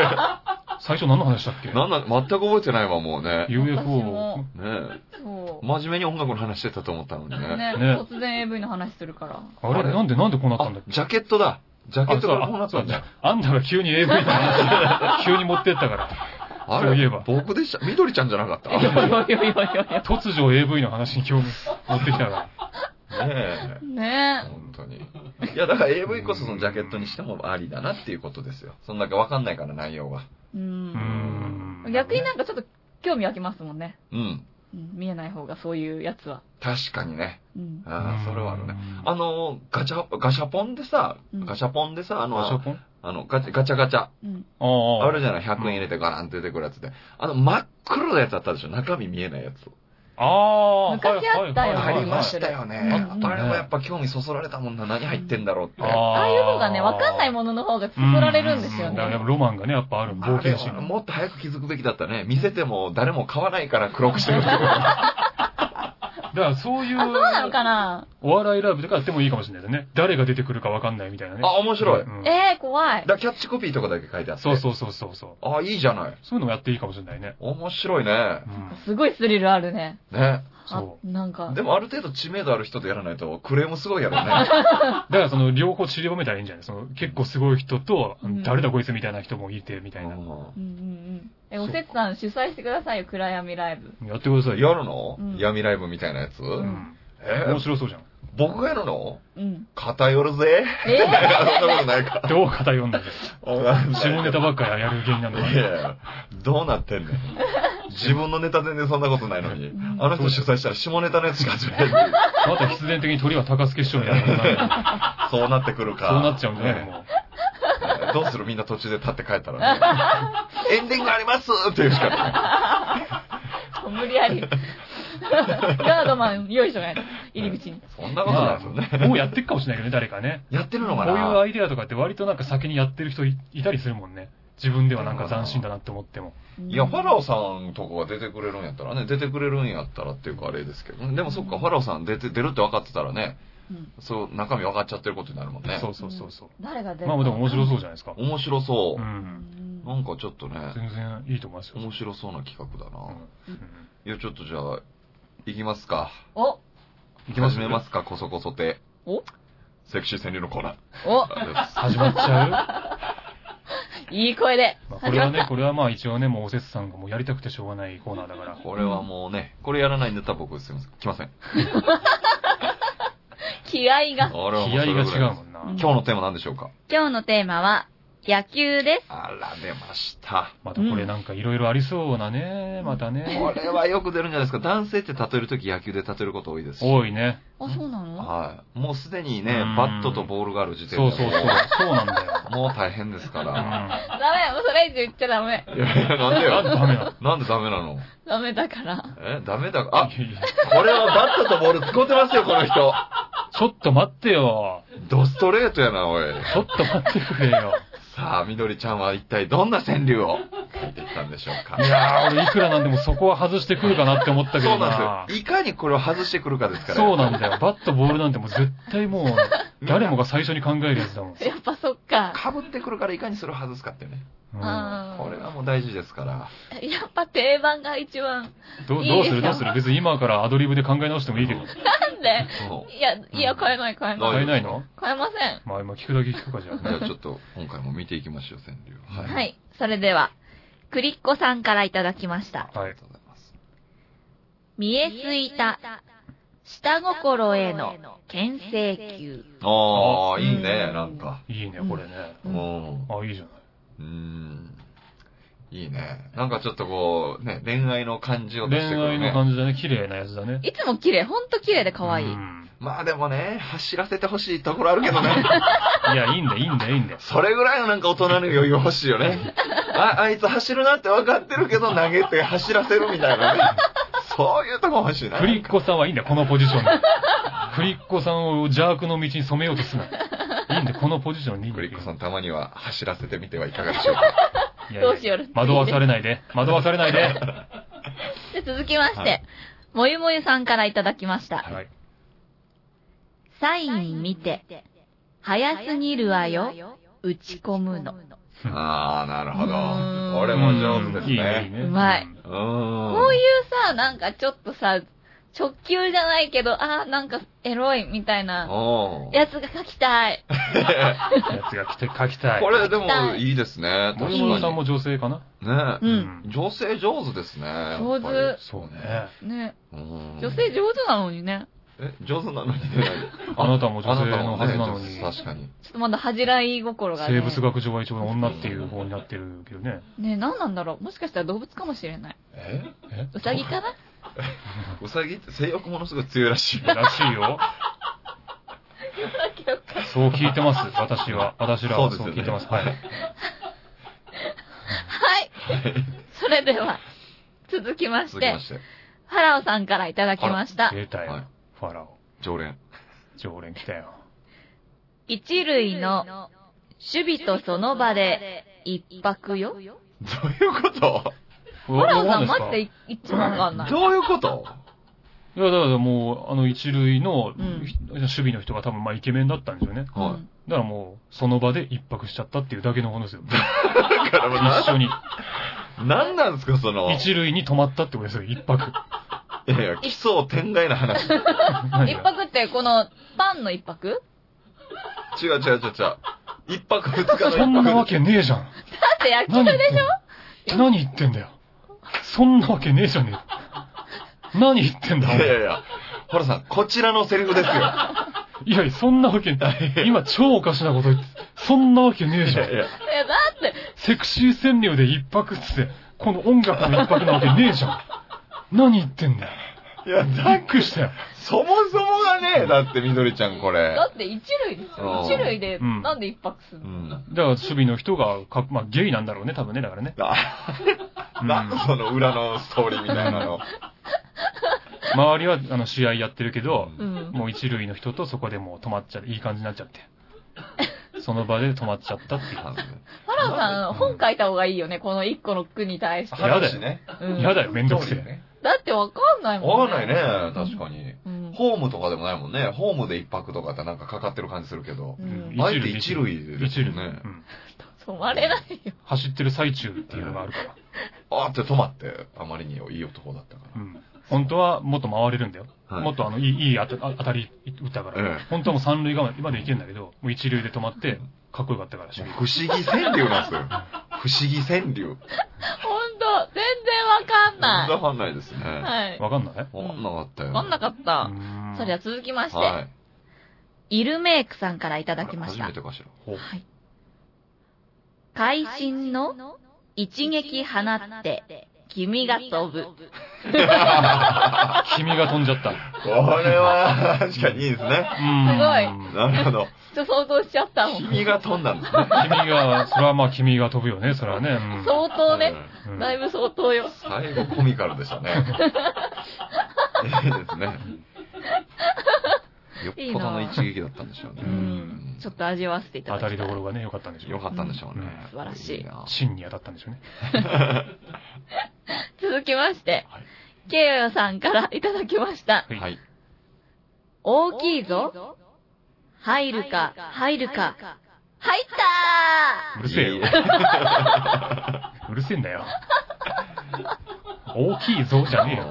[SPEAKER 1] 最初何の話だっ け
[SPEAKER 2] なんだ、全く覚えてないわ、もうね。
[SPEAKER 1] ?UFO
[SPEAKER 3] 私も
[SPEAKER 2] ね
[SPEAKER 3] そう。
[SPEAKER 2] 真面目に音楽の話してたと思ったのにね。
[SPEAKER 3] ね
[SPEAKER 1] ね
[SPEAKER 3] 突然 AV の話するから。
[SPEAKER 1] あ
[SPEAKER 2] あ
[SPEAKER 1] れ
[SPEAKER 2] れ
[SPEAKER 1] なんで、なんでこうなった
[SPEAKER 2] あ
[SPEAKER 1] んだっ、け
[SPEAKER 2] ジャケットだ。ジャケットからこうな
[SPEAKER 1] あ
[SPEAKER 2] っ
[SPEAKER 1] そ
[SPEAKER 2] た
[SPEAKER 1] うん
[SPEAKER 2] だ
[SPEAKER 1] だ。。あんたが急に AV の話、急に持ってったから。
[SPEAKER 2] あ
[SPEAKER 1] そういえ
[SPEAKER 2] れ
[SPEAKER 1] ば、
[SPEAKER 2] 僕でした。緑ちゃんじゃなかった。ね
[SPEAKER 3] いやいやいやいや
[SPEAKER 1] 突如 AV の話に興味持ってきたから。
[SPEAKER 2] え。
[SPEAKER 3] ね
[SPEAKER 2] 本当に。いや、だから AV こそそのジャケットにしてもありだなっていうことですよ。そんだけわかんないから内容が。
[SPEAKER 3] え。う。
[SPEAKER 1] うんーん。
[SPEAKER 3] 逆になんかちょっと興味湧きますもんね。
[SPEAKER 2] うん。
[SPEAKER 3] うん、見えない方がそういうやつは。
[SPEAKER 2] 確かにね。
[SPEAKER 3] うん。
[SPEAKER 2] ああ、それはあるね。あ
[SPEAKER 1] あ、
[SPEAKER 2] の、ガチャ、ガシャポンでさ、
[SPEAKER 3] うん
[SPEAKER 2] ガシャポンでさ、あ
[SPEAKER 1] ガシャ
[SPEAKER 2] の、
[SPEAKER 1] ポン
[SPEAKER 2] あのガチャガチャガチャ、
[SPEAKER 3] うん。
[SPEAKER 1] ああ。
[SPEAKER 2] あるじゃない、100円入れてガランって出てくるやつで。あの、真っ黒なやつあったでしょ中身見えないやつ。
[SPEAKER 1] ああ、
[SPEAKER 3] 昔あったよ
[SPEAKER 1] はいはいはい
[SPEAKER 2] あ
[SPEAKER 1] はい
[SPEAKER 2] りましたよね。
[SPEAKER 1] あったね
[SPEAKER 2] あれもやっぱ興味そそられたもんな。何入ってんだろうって。
[SPEAKER 1] あ
[SPEAKER 3] ああいう方がね、わかんないものの方がそそられるんですよ
[SPEAKER 1] うう
[SPEAKER 3] ね
[SPEAKER 1] だ。からやっぱロマンがね、やっぱある冒険心
[SPEAKER 2] あれはもっと早く気づくべきだったね。見せても誰も買わないから黒くして る。
[SPEAKER 1] だからそういう
[SPEAKER 3] あ、そうなのかな
[SPEAKER 1] お笑いライブとかやってもいいかもしれないですね。誰が出てくるかわかんないみたいなね。
[SPEAKER 2] あ、面白い。
[SPEAKER 1] うん
[SPEAKER 3] ええー、怖い。
[SPEAKER 2] だキャッチコピーとかだけ書いてあって。
[SPEAKER 1] そうそうそうそうそう。
[SPEAKER 2] あ、いいじゃない。
[SPEAKER 1] そういうのもやっていいかもしれないね。
[SPEAKER 2] 面白いね
[SPEAKER 1] う。ん。
[SPEAKER 3] すごいスリルあるね。
[SPEAKER 2] ね。
[SPEAKER 3] あ
[SPEAKER 1] そ、
[SPEAKER 3] なんか
[SPEAKER 2] で。もある程度知名度ある人とやらないとクレームすごいやろうね。
[SPEAKER 1] だからその両方散りばめたらいいんじゃないその結構すごい人と
[SPEAKER 3] うん、
[SPEAKER 1] 誰だこいつみたいな人もいて、みたいな。
[SPEAKER 3] うんうんうん。え、おせつさん主催してくださいよ、暗闇ライブ。
[SPEAKER 1] やってくださ
[SPEAKER 2] うん
[SPEAKER 1] い
[SPEAKER 2] や
[SPEAKER 1] よ。
[SPEAKER 2] るの、
[SPEAKER 3] うん
[SPEAKER 2] 闇ライブみたいなやつ、
[SPEAKER 1] う
[SPEAKER 3] る
[SPEAKER 1] ん。
[SPEAKER 2] えー
[SPEAKER 1] 面白そうじゃん。
[SPEAKER 2] 僕がやるの
[SPEAKER 3] うん。
[SPEAKER 2] 偏るぜ。
[SPEAKER 3] ええ
[SPEAKER 2] そんなことないか。
[SPEAKER 1] どう偏んだよ。下ネタばっかりやる芸人なんだから
[SPEAKER 2] いやいやどうなってんの自分のネタ全然そんなことないのに、あの人主催したら下ネタのやつしか始めないっていう
[SPEAKER 1] また必然的に鳥は高助師匠みたいなことになる。
[SPEAKER 2] そうなってくる
[SPEAKER 1] そ
[SPEAKER 2] か。
[SPEAKER 1] うなっちゃうんじゃないもう。
[SPEAKER 2] ねどうするみんな途中で立って帰ったらね。エンディングありますっていうしかない。
[SPEAKER 3] 無理や り。ガードマン、よいしょが入り口に。
[SPEAKER 2] そんなことない
[SPEAKER 1] ま
[SPEAKER 2] ですよね。
[SPEAKER 1] あ、もうやってっかもしれないけどね、誰かね。
[SPEAKER 2] やってるの
[SPEAKER 1] こ
[SPEAKER 2] か
[SPEAKER 1] う
[SPEAKER 2] な
[SPEAKER 1] いうアイデアとかって割となんか先にやってる人いいたりするもんね。自分ではなんか斬新だなって思っても。
[SPEAKER 2] いや、ファラ
[SPEAKER 3] オ。
[SPEAKER 2] オさんとかが出てくれるんやったらね、出てくれるんやったらっていうかあれですけどね。でもそっか、ファラオさん出て、出るって分かってたらね、
[SPEAKER 3] うん
[SPEAKER 2] そう、中身分かっちゃってることになるもんね。
[SPEAKER 1] そうそうそうそう。
[SPEAKER 3] 誰が出る
[SPEAKER 1] まあまあでも面白そうじゃないですか。
[SPEAKER 2] 面白そうう。
[SPEAKER 1] ん。
[SPEAKER 3] う
[SPEAKER 2] なんんかちょっとね、
[SPEAKER 1] 全然いいと思いますよ。
[SPEAKER 2] 面白そうな企画だな。
[SPEAKER 1] うん
[SPEAKER 2] いや、ちょっとじゃあ、行きますか。
[SPEAKER 3] お、
[SPEAKER 1] い
[SPEAKER 2] 始めますか、こそこそて。
[SPEAKER 3] お
[SPEAKER 2] セクシー川柳のコーナ
[SPEAKER 3] お、
[SPEAKER 2] ーです。
[SPEAKER 1] 始まっちゃ
[SPEAKER 3] いい声で
[SPEAKER 1] う、まあ、こ
[SPEAKER 3] 始
[SPEAKER 1] れ
[SPEAKER 3] ま
[SPEAKER 1] は
[SPEAKER 3] っ
[SPEAKER 1] ね
[SPEAKER 3] た、。
[SPEAKER 1] これはまあ一応ね、もうおせつさんがもうやりたくてしょうがないコーナーだから。
[SPEAKER 2] これはもうね、これやらないんだったら僕すいません。来ません。
[SPEAKER 3] 気合
[SPEAKER 2] あ
[SPEAKER 3] が。
[SPEAKER 2] れはもう
[SPEAKER 1] 気合が
[SPEAKER 2] そ
[SPEAKER 1] 違
[SPEAKER 2] れぐらいう
[SPEAKER 1] もんな。
[SPEAKER 3] うん
[SPEAKER 2] 今日のテーマ何でしょうか
[SPEAKER 3] 今日のテーマは、野球です。
[SPEAKER 2] あら、出ました。
[SPEAKER 1] またこれなんかいろいろありそうなね、またね
[SPEAKER 2] こ。れはよく出るんじゃないですか。男性って例えるとき野球で例えること多いですし。
[SPEAKER 1] 多いね。
[SPEAKER 3] あ、そうなの
[SPEAKER 2] はい。もうすでにね
[SPEAKER 1] うん、
[SPEAKER 2] バットとボールがある時点で
[SPEAKER 1] そ
[SPEAKER 2] も
[SPEAKER 1] う
[SPEAKER 2] う。
[SPEAKER 1] そうそう。そうなんだよ。
[SPEAKER 2] もう大変ですか
[SPEAKER 1] うん。
[SPEAKER 2] ら。
[SPEAKER 1] あ
[SPEAKER 3] ダメ、もうそれ以上言っちゃダメ。
[SPEAKER 2] いやいや、なんで
[SPEAKER 1] ダメなの
[SPEAKER 2] よ。なんでダメなの
[SPEAKER 3] ダメだから。
[SPEAKER 2] え、ダメだか。あ、
[SPEAKER 1] いやいや
[SPEAKER 2] これはバットとボール使ってますよ、この人。
[SPEAKER 1] ちょっと待ってよ。
[SPEAKER 2] ドストレートやな、おい。
[SPEAKER 1] ちょっと待ってくれよ。
[SPEAKER 2] さあ、みどりちゃんは一体どんな川柳を書いてきたんでしょうか
[SPEAKER 1] い。やー、俺いくらなんでもそこは外してくるかなって思った
[SPEAKER 2] そ
[SPEAKER 1] け
[SPEAKER 2] う
[SPEAKER 1] ど
[SPEAKER 2] な。
[SPEAKER 1] なん
[SPEAKER 2] ですよ。いかにこれを外してくるかですから。
[SPEAKER 1] そうなんだよ。バット、ボールなんてもう絶対もう、誰もが最初に考えるやつだもん。
[SPEAKER 3] やっぱそっか。
[SPEAKER 2] かぶってくるからいかにそれを外すかっていうね。
[SPEAKER 1] うん
[SPEAKER 3] あ
[SPEAKER 2] これはもう大事ですから。
[SPEAKER 3] ーやっぱ定番が一番。
[SPEAKER 1] どう
[SPEAKER 3] いい
[SPEAKER 1] どう
[SPEAKER 3] ですすよ
[SPEAKER 1] るどうする別に今からアドリブで考え直してもいいけど。
[SPEAKER 3] なんで
[SPEAKER 2] そ
[SPEAKER 3] いや、いや、買えない、買え
[SPEAKER 2] どう
[SPEAKER 3] ない。
[SPEAKER 1] 変えないの
[SPEAKER 3] 買えません。
[SPEAKER 1] まあ今聞くだけ聞くかじゃ
[SPEAKER 2] う。じゃあ
[SPEAKER 1] あ。
[SPEAKER 2] ちょっと今回も見ていきましょう、川柳。はい。
[SPEAKER 3] はい。それでは、クリッコさんからいただきました。
[SPEAKER 2] あ
[SPEAKER 1] はい
[SPEAKER 2] りが。とうございます。
[SPEAKER 3] 見えついた、下心への牽制球。
[SPEAKER 2] あ
[SPEAKER 1] う
[SPEAKER 2] あ、
[SPEAKER 1] ん
[SPEAKER 2] いいね、なんか。
[SPEAKER 1] いいね、これね。
[SPEAKER 2] う。
[SPEAKER 3] うん
[SPEAKER 1] あ、いいじゃない。
[SPEAKER 2] うん。いいね。なんかちょっとこう、ね、恋愛の感じを出し
[SPEAKER 1] 恋
[SPEAKER 2] てくる
[SPEAKER 1] 愛の
[SPEAKER 2] ね。
[SPEAKER 1] 感じだね。綺麗なやつだね。
[SPEAKER 3] いつも綺麗、ほんと綺麗で可愛
[SPEAKER 1] う
[SPEAKER 3] い。
[SPEAKER 1] ん
[SPEAKER 2] まあでもね、走らせてほしいところあるけど ね。
[SPEAKER 1] いや、いいんだ、いいんだ、いいんだ。
[SPEAKER 2] それぐらいのなんか大人の余裕欲しいよね。あ、あいつ走るなって分かってるけど投げて走らせるみたいなね。そういうとこ欲しいな。
[SPEAKER 1] クリッコさんはいいんだ、このポジションで。クリッコさんを邪悪の道に染めようとすな。いいんだ、このポジションにいいんだ
[SPEAKER 2] ク
[SPEAKER 1] よ
[SPEAKER 2] リッコさんたまには走らせてみてはいかがでしょうか。
[SPEAKER 1] いやいや
[SPEAKER 3] どうしよう
[SPEAKER 1] 惑わされないで。惑わされないで。
[SPEAKER 3] で続きまし
[SPEAKER 2] はい
[SPEAKER 3] て、もゆもゆさんからいただきました。
[SPEAKER 1] はい。
[SPEAKER 3] サイ
[SPEAKER 4] サイ
[SPEAKER 3] ン
[SPEAKER 4] ン
[SPEAKER 3] 見
[SPEAKER 4] 見
[SPEAKER 3] て
[SPEAKER 4] て、、
[SPEAKER 3] 早
[SPEAKER 4] 早
[SPEAKER 3] す
[SPEAKER 4] す
[SPEAKER 3] ぎ
[SPEAKER 4] ぎ
[SPEAKER 3] る
[SPEAKER 4] る
[SPEAKER 3] わ
[SPEAKER 4] わ
[SPEAKER 3] よ、
[SPEAKER 4] よ、
[SPEAKER 3] 打
[SPEAKER 4] 打
[SPEAKER 3] ち
[SPEAKER 4] ち
[SPEAKER 3] 込
[SPEAKER 4] 込
[SPEAKER 3] む
[SPEAKER 4] む
[SPEAKER 3] の
[SPEAKER 4] の。。
[SPEAKER 2] ああ、なるほ
[SPEAKER 3] うーん
[SPEAKER 2] ど。俺も上手です
[SPEAKER 1] いいね、いい
[SPEAKER 2] ね。
[SPEAKER 1] ね。
[SPEAKER 3] うまい
[SPEAKER 1] ん
[SPEAKER 2] うーん。
[SPEAKER 3] こういうさ、なんかちょっとさ、直球じゃないけど、あーなんかエロいみたいな
[SPEAKER 2] おー
[SPEAKER 3] やつが書きたい。
[SPEAKER 1] やつが来て書きたい。
[SPEAKER 2] これで
[SPEAKER 3] は
[SPEAKER 2] も
[SPEAKER 3] い
[SPEAKER 2] いいですね。確か
[SPEAKER 1] 森
[SPEAKER 2] に。
[SPEAKER 1] 本さんも女性かな
[SPEAKER 2] ね
[SPEAKER 3] う。
[SPEAKER 1] うん
[SPEAKER 2] 女性上手ですね。やっぱり
[SPEAKER 3] 上手
[SPEAKER 1] そうね。
[SPEAKER 3] ね
[SPEAKER 2] うん
[SPEAKER 3] 女性上手なのにね。
[SPEAKER 2] え、上手なのにね。
[SPEAKER 1] あなたも女性
[SPEAKER 2] あなたも
[SPEAKER 1] の
[SPEAKER 2] ね
[SPEAKER 1] はずなのに。
[SPEAKER 2] 確かに。
[SPEAKER 3] ちょっとまだ恥じらい心がね。
[SPEAKER 1] 生物学上は一応女っていう方になってるけどね。
[SPEAKER 3] ね何なんだろうもしかしたら動物かもしれない。
[SPEAKER 2] え
[SPEAKER 1] え
[SPEAKER 3] ウサギかな
[SPEAKER 2] ウサギって性欲ものすごい強いら しい。
[SPEAKER 1] らしいよ。そう聞いてます、私は。私らは
[SPEAKER 2] そうです
[SPEAKER 1] そ
[SPEAKER 2] よ
[SPEAKER 1] う
[SPEAKER 2] ね
[SPEAKER 1] 聞いてます。はい。
[SPEAKER 3] はい。それでは、続きまし
[SPEAKER 2] 続き
[SPEAKER 3] て
[SPEAKER 2] ま、して。
[SPEAKER 3] ファラオさんからいただきました。
[SPEAKER 1] 出たよ、
[SPEAKER 2] はい
[SPEAKER 1] ファラオ。
[SPEAKER 2] 常連。
[SPEAKER 1] 常連来たよ。
[SPEAKER 3] 一
[SPEAKER 4] 類
[SPEAKER 3] 類の
[SPEAKER 4] の
[SPEAKER 3] 守備
[SPEAKER 4] 人
[SPEAKER 3] と
[SPEAKER 4] とそ
[SPEAKER 3] その
[SPEAKER 4] の場
[SPEAKER 3] 場
[SPEAKER 4] で
[SPEAKER 3] で
[SPEAKER 4] 一泊よ。
[SPEAKER 2] どういうこと
[SPEAKER 3] ファ
[SPEAKER 1] フ
[SPEAKER 3] ラオさんマジで一番わかんない。
[SPEAKER 2] どういうこと
[SPEAKER 1] いや、だからもう、あの一類の、
[SPEAKER 3] ん
[SPEAKER 1] ひ守備の人が多分まあイケメンだったんですよね。
[SPEAKER 3] うん
[SPEAKER 2] は
[SPEAKER 1] だからもう、その場で一泊しちゃったっていうだけの話です よ。
[SPEAKER 2] い。だからもうな
[SPEAKER 1] 一緒に。
[SPEAKER 2] なんなんですか、その。
[SPEAKER 1] 一類に泊まったってことですよ、一 泊。
[SPEAKER 2] いやいや、奇想天外な話。違
[SPEAKER 1] 何
[SPEAKER 3] 一
[SPEAKER 1] が
[SPEAKER 3] 泊ってこのパンの一泊
[SPEAKER 2] う違う違う違う。一泊二日の一泊。
[SPEAKER 1] そんなわけねえじゃ ん。
[SPEAKER 3] だって焼き
[SPEAKER 1] 何言って
[SPEAKER 3] 鳥
[SPEAKER 1] んだよ。何言ってんだよ。そんなわけねえじゃねえ。何言ってん
[SPEAKER 2] い
[SPEAKER 1] だ、お
[SPEAKER 2] やいや
[SPEAKER 1] 前
[SPEAKER 2] いや。ホラさん、こちらのセリフですよ。い
[SPEAKER 1] いやいや、そんなわけ、今超おかしなこと言って、そんなわけねえじゃ
[SPEAKER 2] や
[SPEAKER 1] ん。
[SPEAKER 2] いや。
[SPEAKER 3] いやだって、
[SPEAKER 1] セクシー川柳で一泊っつって、この音楽の一泊なわけねえじゃん。何言ってんだよ。
[SPEAKER 2] いや、
[SPEAKER 1] び
[SPEAKER 2] だ
[SPEAKER 1] っくりしたよ。
[SPEAKER 2] そもそもがね、だってみどりちゃんこれ。
[SPEAKER 3] だって一類です
[SPEAKER 2] う
[SPEAKER 3] よ。
[SPEAKER 2] ん
[SPEAKER 3] 一類で
[SPEAKER 1] うん
[SPEAKER 3] なんで一泊する
[SPEAKER 2] う
[SPEAKER 3] の、
[SPEAKER 2] ん。
[SPEAKER 1] だから、守備の人がか、まあ、ゲイなんだろうね、多分ね、だからね。
[SPEAKER 2] な、
[SPEAKER 1] うん
[SPEAKER 2] なんかその裏のストーリーみたいなの。
[SPEAKER 1] 周りは、あの、試合やってるけど、
[SPEAKER 3] うん、
[SPEAKER 1] もう一類の人とそこでもう止まっちゃって、いい感じになっちゃって。 その場で止まっちゃったっていう。
[SPEAKER 3] ファラオさん、本書いた方がいいよね、この一個の句に対して。
[SPEAKER 1] やだよ
[SPEAKER 2] ね。
[SPEAKER 3] うん
[SPEAKER 1] やだよ、めんどくせ
[SPEAKER 2] そう
[SPEAKER 1] え。
[SPEAKER 2] だよね
[SPEAKER 3] だってわかんないも
[SPEAKER 2] 合
[SPEAKER 3] ん
[SPEAKER 2] わないね、確かに。
[SPEAKER 3] うん。
[SPEAKER 2] ホームとかでもないもんね。ホームで一泊とかってなんかかかってる感じするけど
[SPEAKER 3] う。
[SPEAKER 1] うん
[SPEAKER 3] ん
[SPEAKER 2] あえて一類でです
[SPEAKER 1] 一
[SPEAKER 2] ね
[SPEAKER 1] 類。うん
[SPEAKER 3] 止まれないよ。
[SPEAKER 1] 走ってる最中っていうのがあるから。
[SPEAKER 2] あーって止まって、あまりにいい男だったか
[SPEAKER 1] うん本当はもっと回れるんだよ。
[SPEAKER 2] ら。はい
[SPEAKER 1] もっとあの、いい、いい当たあ当たり打ったから。
[SPEAKER 2] ええ
[SPEAKER 1] 本当はもう三塁側まで行けんだけど、もう一塁で止まって、かっこよかったから、守備
[SPEAKER 2] 不思議川柳なんですよ。不思議川柳。
[SPEAKER 3] ほんと、全然わかん
[SPEAKER 2] わ
[SPEAKER 3] な
[SPEAKER 2] かんないですね。
[SPEAKER 3] い。
[SPEAKER 2] わ
[SPEAKER 3] はい。
[SPEAKER 1] わかんない
[SPEAKER 2] かんなかったよ。
[SPEAKER 3] わかんなかった。
[SPEAKER 1] うーん
[SPEAKER 3] そりゃ続きまして、
[SPEAKER 2] はい。
[SPEAKER 3] イルメイクさんからいた
[SPEAKER 2] あ
[SPEAKER 3] だ
[SPEAKER 2] れ
[SPEAKER 3] きま
[SPEAKER 2] 初
[SPEAKER 3] した
[SPEAKER 2] め。てかしら。
[SPEAKER 1] ほう
[SPEAKER 3] 会
[SPEAKER 4] 最
[SPEAKER 3] 心
[SPEAKER 4] 新
[SPEAKER 3] の
[SPEAKER 4] の
[SPEAKER 3] 一
[SPEAKER 4] 一
[SPEAKER 3] 撃
[SPEAKER 4] 撃
[SPEAKER 3] 放
[SPEAKER 4] 放
[SPEAKER 3] っ
[SPEAKER 4] ってて、
[SPEAKER 3] 君
[SPEAKER 4] 君
[SPEAKER 3] が
[SPEAKER 4] が
[SPEAKER 3] 飛
[SPEAKER 4] 飛
[SPEAKER 3] ぶ
[SPEAKER 4] ぶ。。
[SPEAKER 1] 君が飛んじゃった。
[SPEAKER 2] これは、確かにいいですね。
[SPEAKER 1] うん
[SPEAKER 2] なるほど。
[SPEAKER 3] ちょっと想像しちゃったもん。
[SPEAKER 2] 君が飛んだんですね。
[SPEAKER 1] 君が、それはまあ君が飛ぶよね、それはね。うん
[SPEAKER 3] 相当ね、
[SPEAKER 1] うん
[SPEAKER 3] だいぶ相当よ。
[SPEAKER 2] 最後コミカルでしたね。いいですね。よっぽどの一撃だったんでしょうね
[SPEAKER 1] う
[SPEAKER 3] う。
[SPEAKER 1] ん
[SPEAKER 3] ん。ちょっと味わわせていた
[SPEAKER 1] 当
[SPEAKER 3] だ
[SPEAKER 1] た
[SPEAKER 3] き
[SPEAKER 1] り
[SPEAKER 3] た
[SPEAKER 1] どこ
[SPEAKER 3] い。
[SPEAKER 1] ろがね、良かったんでしょ
[SPEAKER 2] よ
[SPEAKER 1] う。
[SPEAKER 2] かったんでしょうね。
[SPEAKER 3] 素晴らしい
[SPEAKER 2] な
[SPEAKER 1] 芯に当たったんでしょうね。
[SPEAKER 3] 続きまして
[SPEAKER 2] はい、
[SPEAKER 3] ケイヨヨさんからいただきました。
[SPEAKER 1] はい
[SPEAKER 2] はい。
[SPEAKER 3] 大
[SPEAKER 4] 大き
[SPEAKER 3] きい
[SPEAKER 4] いぞ
[SPEAKER 3] ぞ。。入
[SPEAKER 4] 入
[SPEAKER 3] る
[SPEAKER 4] る
[SPEAKER 3] か
[SPEAKER 4] か、、
[SPEAKER 3] 入
[SPEAKER 4] 入
[SPEAKER 3] る
[SPEAKER 4] る
[SPEAKER 3] か
[SPEAKER 4] か。。
[SPEAKER 3] 入った
[SPEAKER 1] うるせえ
[SPEAKER 2] い
[SPEAKER 1] よう
[SPEAKER 2] い。
[SPEAKER 1] るせえんだよ。 大きいぞじゃねえよ。